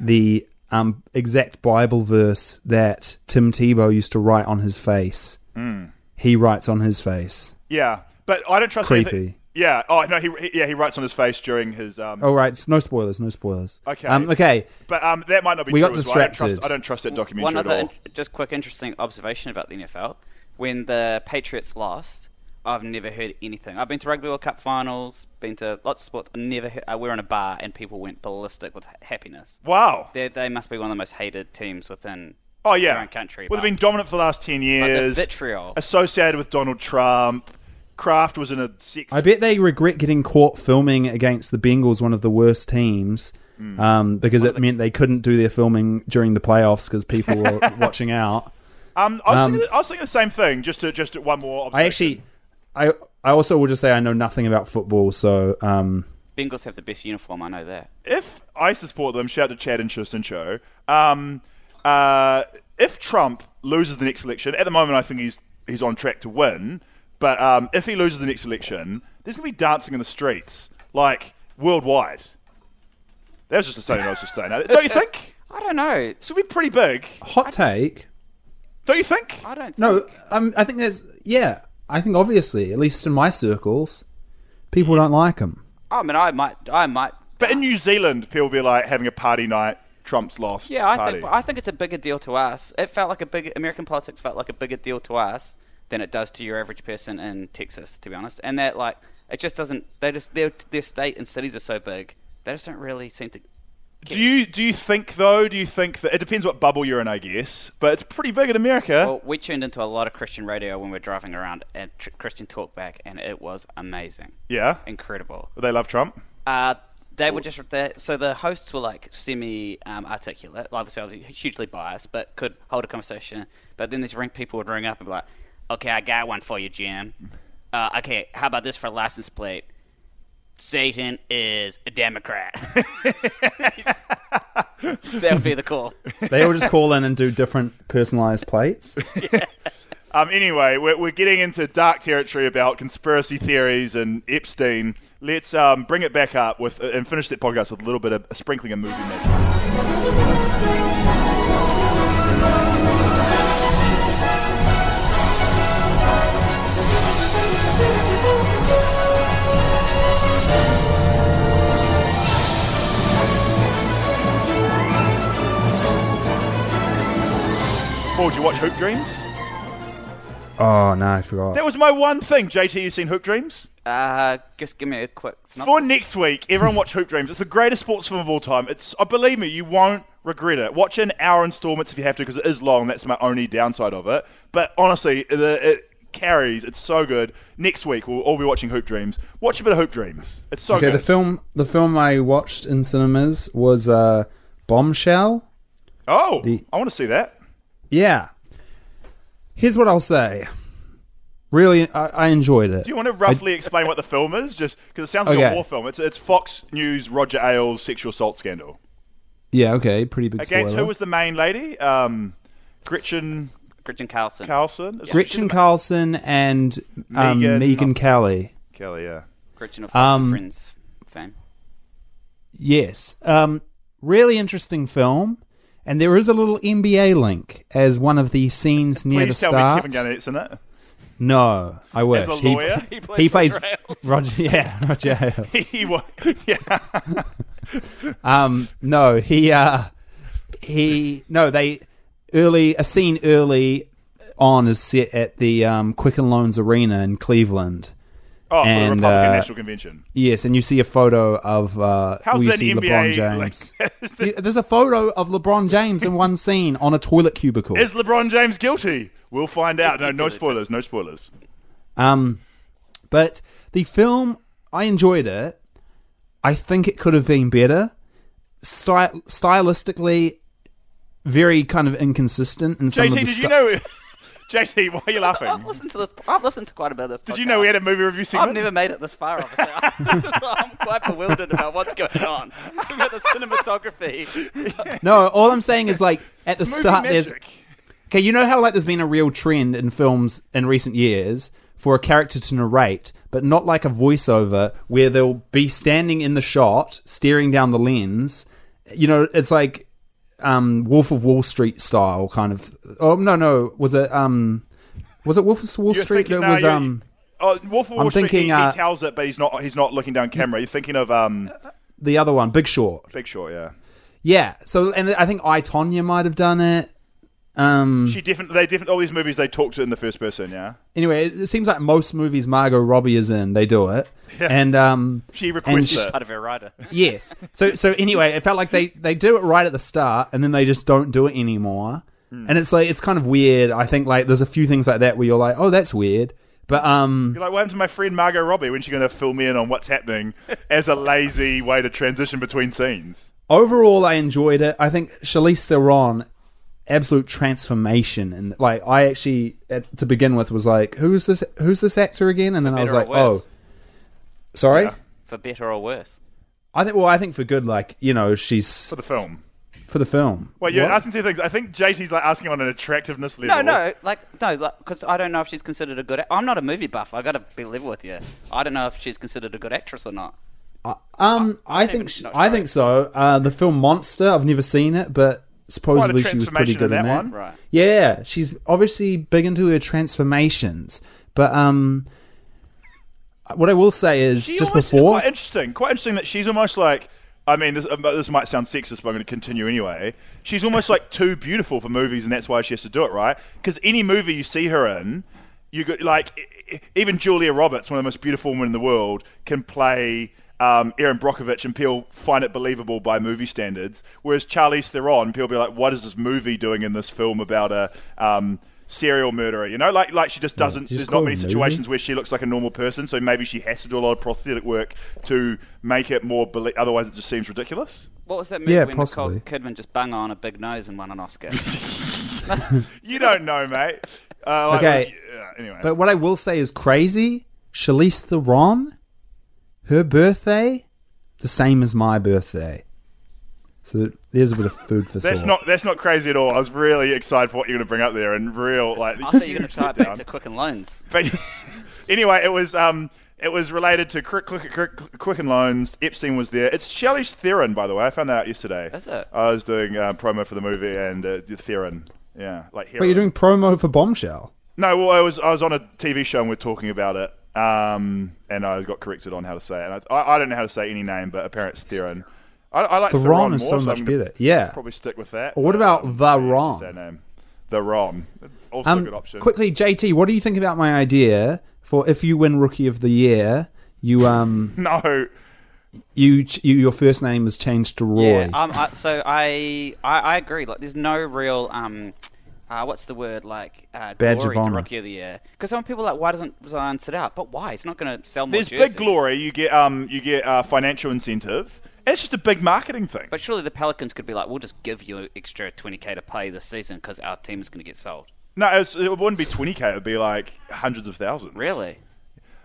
the um, exact Bible verse that Tim Tebow used to write on his face,
Hmm.
he writes on his face.
yeah, but I don't trust.
Creepy.
anything- Yeah. Oh no. He, he yeah. He writes on his face during his um.
All right, no spoilers, no spoilers.
Okay.
Um, okay.
But um, that might not be.
We
true
got
as well. I don't trust-
distracted.
I don't trust, that documentary
One other
at all.
in- just quick interesting observation about the NFL. When the Patriots lost, I've never heard anything. I've been to Rugby World Cup finals, been to lots of sports. I never heard, uh, we were in a bar and people went ballistic with ha- happiness.
wow.
They, they must be one of the most hated teams within
Oh yeah,
their own country.
Well,
but-
they've been dominant for the last ten years.
vitriol.
associated with Donald Trump. Kraft was in a six.
I bet they regret getting caught filming against the Bengals, one of the worst teams,
Hmm.
um, because it meant they couldn't do their filming during the playoffs because people were watching out.
um, I was,
um,
thinking, I was thinking the same thing. Just to, just one more.
I
Observation.
actually, I I also will just say I know nothing about football, so um,
Bengals have the best uniform, I know that.
if I support them, shout out to Chad and Tristan Show. Um, uh, if Trump loses the next election, at the moment I think he's he's on track to win. But um, if he loses the next election, there's gonna be dancing in the streets, like worldwide. That was just a statement I was just saying. Don't you think?
I don't know.
This will be pretty big.
hot take.
Don't you think?
I don't
No, um, I think there's yeah. I think obviously, at least in my circles, people don't like him.
I mean, I might, I might.
But in New Zealand, people be like having a party night. Trump's lost.
Yeah, I
party.
think, I think it's a bigger deal to us. It felt like a big American politics felt like a bigger deal to us than it does to your average person in Texas, to be honest. And that like it just doesn't. They just their their state and cities are so big. They just don't really seem to.
do you do you think though? Do you think that it depends what bubble you're in, I guess. But it's pretty big in America.
Well, we tuned into a lot of Christian radio when we were driving around and tr- Christian talkback, and it was amazing.
yeah,
Incredible.
they love Trump.
Uh, they were just they, so the hosts were like semi um, articulate, obviously I was hugely biased, but could hold a conversation. But then these ring people would ring up and be like, "Okay, I got one for you, Jim. Uh, okay, how about this for a license plate? Satan is a Democrat." That would be the call.
They all just call in and do different personalized plates.
Um, anyway, we're, we're getting into dark territory about conspiracy theories and Epstein. Let's um, bring it back up with and finish that podcast with a little bit of a sprinkling of movie magic. Paul, did you watch Hoop Dreams?
Oh no, I forgot.
That was my one thing. JT, you seen Hoop Dreams?
Uh, just give me a quick synopsis.
For next week, everyone watch Hoop Dreams. It's the greatest sports film of all time. It's, uh, believe me, you won't regret it. Watch in hour installments if you have to, because it is long. That's my only downside of it. But honestly, the, it carries. It's so good. Next week, we'll all be watching Hoop Dreams. Watch a bit of Hoop Dreams. It's so
okay,
good.
the film the film I watched in cinemas was uh, Bombshell.
oh,
the-
I want to see that.
Yeah. Here's what I'll say. Really, I, I enjoyed it.
Do you want to roughly explain what the film is? Just because it sounds like a
Okay.
war film. It's, it's Fox News Roger Ailes sexual assault scandal.
yeah, okay, pretty big
Against
spoiler.
who was the main lady? Um, Gretchen
Christian Carlson.
Carlson? Is she the
Gretchen Carlson and um,
Megan-
Megan, Kelly.
ma- Kelly, yeah.
Christian of Fox and
Um,
Friends fame.
Yes. Um, really interesting film. And there is a little NBA link as one of the scenes near
Please
the
tell
start.
me Kevin Garnett's in it.
No, I wish.
a
He-
lawyer?
he,
He
plays,
plays Roger Ailes.
Roger. Yeah, Roger. Ailes.
he wa- yeah.
Um, no, he, uh, he, no, they early a scene early on is set at the um, Quicken Loans Arena in Cleveland.
Oh, for the
And,
Republican
uh,
National Convention.
Yes, and you see a photo of uh,
How's
well, you
that
see
NBA
LeBron
like-
James. Yeah, There's a photo of LeBron James in one scene on a toilet cubicle.
Is LeBron James guilty? We'll find out. No, no spoilers. No spoilers.
Um, but the film, I enjoyed it. I think it could have been better. Sty- stylistically, very kind of inconsistent. And some
JT,
of the
did
stu-
you know? JT, why are you
I've
laughing?
listened to this. I've listened to quite a bit of this.
Did you know we had a movie review segment?
I've never made it this far, obviously. I'm quite bewildered about what's going on. It's about the cinematography.
No, all I'm saying is like at the
Movie
start, there's
magic.
okay. You know how like there's been a real trend in films in recent years for a character to narrate, but not like a voiceover where they'll be standing in the shot, staring down the lens. You know, it's like um, Wolf of Wall Street style kind of. Oh no, no, was it um, was it Wolf of Wall
You're
Street?
thinking-
that
no,
was
you're-
um
Oh, Wolf of Wall
I'm
Street,
thinking,
he,
uh,
he tells it, but he's not. He's not looking down camera. You're thinking of um,
the other one, Big Short.
Big Short, yeah.
Yeah. So, and I think I Tonya might have done it. Um,
She definitely. They definitely. All these movies, they talk to in the first person. Yeah.
anyway, it it seems like most movies Margot Robbie is in, they do it, and um,
She requests
and
it.
Part of her rider.
yes. So so anyway, it felt like they they do it right at the start, and then they just don't do it anymore. And it's like it's kind of weird. I think like there's a few things like that where you're like, oh, that's weird, but um,
You're like, what happened to my friend Margot Robbie when she's going to fill me in on what's happening as a lazy way to transition between scenes?
overall, I enjoyed it. I think Charlize Theron, absolute transformation, and like I actually at, to begin with was like, who's this? Who's this actor again? And then I was like,
better or
oh,
worse.
sorry.
For better or worse.
I think well, I think for good, like you know, she's
For the film.
for the film.
Wait, you're
What?
asking two things. I think JT's like asking on an attractiveness
No,
level.
no, like no, because I don't know if she's considered a good. Act- I'm not a movie buff. I got to be level with you. I don't know if she's considered a good actress or not.
Um, I,
even
think sh-
not
I
sure.
think so. Uh, the film Monster. I've never seen it, but supposedly she was pretty
transformation
good
in
in
that
that.
one.
Right.
Yeah, she's obviously big into her transformations. But um, what I will say is
She
just
almost-
before.
Quite interesting. Quite interesting that she's almost like. I mean, this, uh, this might sound sexist, but I'm going to continue anyway. She's almost like too beautiful for movies, and that's why she has to do it, right? Because any movie you see her in, you got like e- e- even Julia Roberts, one of the most beautiful women in the world, can play um, Aaron Brockovich, and people find it believable by movie standards. Whereas Charlize Theron, people be like, "What is this movie doing in this film about a?" Um, serial murderer you know like like she just doesn't
she's
there's not
called
many
a movie.
situations where she looks like a normal person, so maybe she has to do a lot of prosthetic work to make it more. Belie- otherwise, it just seems ridiculous.
What was that movie
Yeah,
when
possibly.
Nicole Kidman just bung on a big nose and won an Oscar?
You don't know, mate. Uh, like,
Okay.
yeah, anyway,
But what I will say is crazy. Charlize Theron, her birthday, the same as my birthday. So there's a bit of food for
That's
thought.
not that's not crazy at all. I was really excited for what you're going to bring up there, and real like.
I thought you were going
huge
to tie it
letdown.
back to Quicken Loans.
But anyway, it was um, it was related to Quick, Quick, Quick, Quicken Loans. Epstein was there. It's Shelley Theron, by the way. I found that out yesterday.
Is it?
I was doing uh, promo for the movie and uh, Theron. Yeah, like
But you're doing promo for Bombshell.
No, well, I was I was on a TV show and we are talking about it, um, and I got corrected on how to say it. And I, I, I don't know how to say any name, but apparently it's Theron. I, I like
Theron
Theron,
is
more,
so much
I'm gonna
better. Yeah.
probably stick with that.
Or what about
Um,
The
yeah, it's just
Ron?
Their name, the Ron. Also a good option.
Um, Quickly, JT, what do you think about my idea for if you win Rookie of the Year, you um
No,
you, ch- you your first name is changed to Roy.
uh,
Yeah. Um, I, so I, I I agree. Like, there's no real um, uh, what's the word like uh,
Badge
glory
of
to
honour.
Rookie of the Year because some people are like why doesn't Zion sit out? But why? It's not going to sell more.
there's
jerseys.
big glory. You get um, you get uh, financial incentive. And it's just a big marketing thing.
But surely the Pelicans could be like, we'll just give you an extra 20k to pay this season because our team is going to get sold.
no, it's, it wouldn't be 20k. It would be like hundreds of thousands.
Really?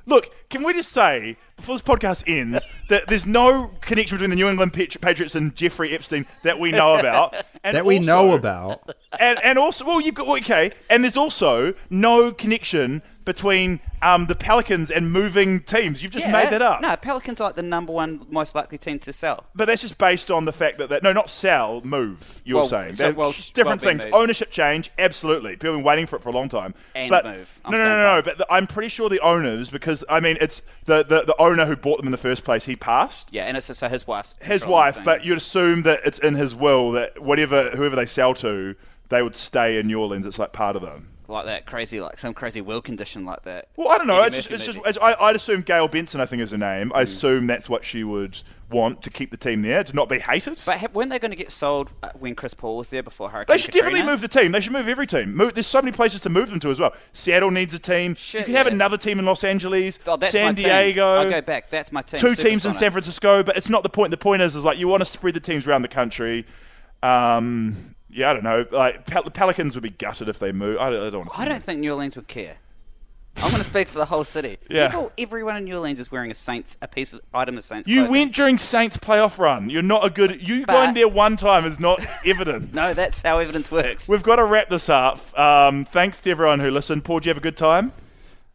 Look, can we just say before this podcast ends that there's no connection between the New England Patri- Patriots and Jeffrey Epstein that we know about, and
that we
also-
know about.
and, and also, well, you've got okay, and there's also no connection between um, the Pelicans and moving teams. You've just made that up,
No, Pelicans are like the number one most likely team to sell.
but that's just based on the fact that, that no, not sell, move. You're
Well,
saying
so-
They're
well,
different
well, be
things.
moved.
Ownership change, absolutely. People have been waiting for it for a long time.
And
but,
move.
No,
I'm
no,
saying
no, no.
both.
But the, I'm pretty sure the owners, because I mean, it's the, the, the owner who bought them in the first place. He passed.
Yeah, and it's so his wife's
his
controlling the
wife,
thing.
but you'd assume that it's in his will that whatever whoever they sell to, they would stay in New Orleans. It's like part of them.
like that crazy, like some crazy will condition like that.
Well, I don't know.
Eddie
It's just,
Murphy
it's just
movie.
it's, I, I'd assume Gail Benson, I think, is her name.
Hmm.
I assume that's what she would want to keep the team there to not be hated.
But ha- weren't they going to get sold uh, when Chris Paul was there before Hurricane?
they should definitely
Katrina?
move the team. They should move every team. Move, there's so many places to move them to as well. Seattle needs a team.
Shit,
you could have
yeah.
another team in Los Angeles,
Oh, that's
San
my team.
Diego.
I'll go back. That's my team.
two teams in
Supersonics.
San Francisco, but it's not the point. The point is, is like you want to spread the teams around the country. Um, yeah, I don't know. Like Pel- Pelicans would be gutted if they move. I don't, I don't want to. See
I don't think New Orleans would care. I'm going to speak for the whole city.
Yeah.
People, everyone in New Orleans is wearing a Saints, a piece of item of Saints.
You
clothing.
went during Saints playoff run. You're not a good. You
But-
going there one time is not evidence.
No, that's how evidence works.
We've got to wrap this up. Um, thanks to everyone who listened. Paul, did you have a good time?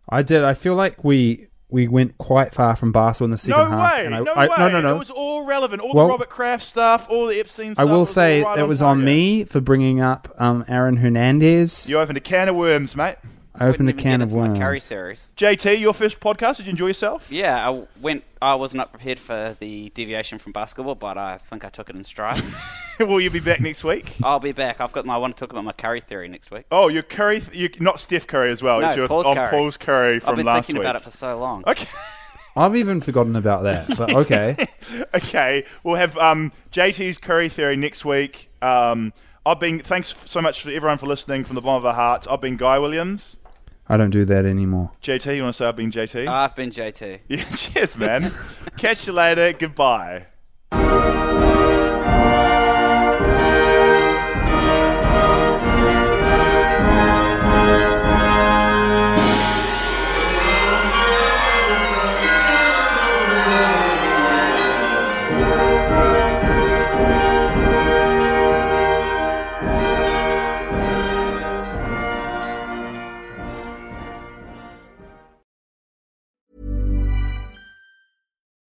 I did. I feel like we we went quite far from Barca in the second
No
half.
way.
and I,
no
I-
way.
No, no, no.
It was all relevant. All
Well-
the Robert Kraft stuff, all the Epstein
I
stuff.
will
was all
say
right
it was on
target.
me for bringing up um, Aaron Hernandez.
You opened a can of worms, mate.
I opened a
Wouldn't even
can
get
of
into my
worms.
Curry series.
JT, your first podcast. Did you enjoy yourself?
Yeah, I went. I was not prepared for the deviation from basketball, but I think I took it in stride.
Will you be back next week?
I'll be back. I've got. My, I want to talk about my Curry theory next week.
Oh, your curry, you not Steph Curry as well.
No,
Oh, it's your,
Paul's
on
curry.
Paul's curry from
I've been
last
thinking
week.
about it for so long.
okay,
I've even forgotten about that. But okay.
okay. We'll have um, JT's curry theory next week. Um, I've been. Thanks so much for everyone for listening from the bottom of our hearts. I've been Guy Williams.
I don't do that anymore.
JT, you want to say I've been JT?
I've been JT.
yeah, cheers, man. Catch you later. Goodbye.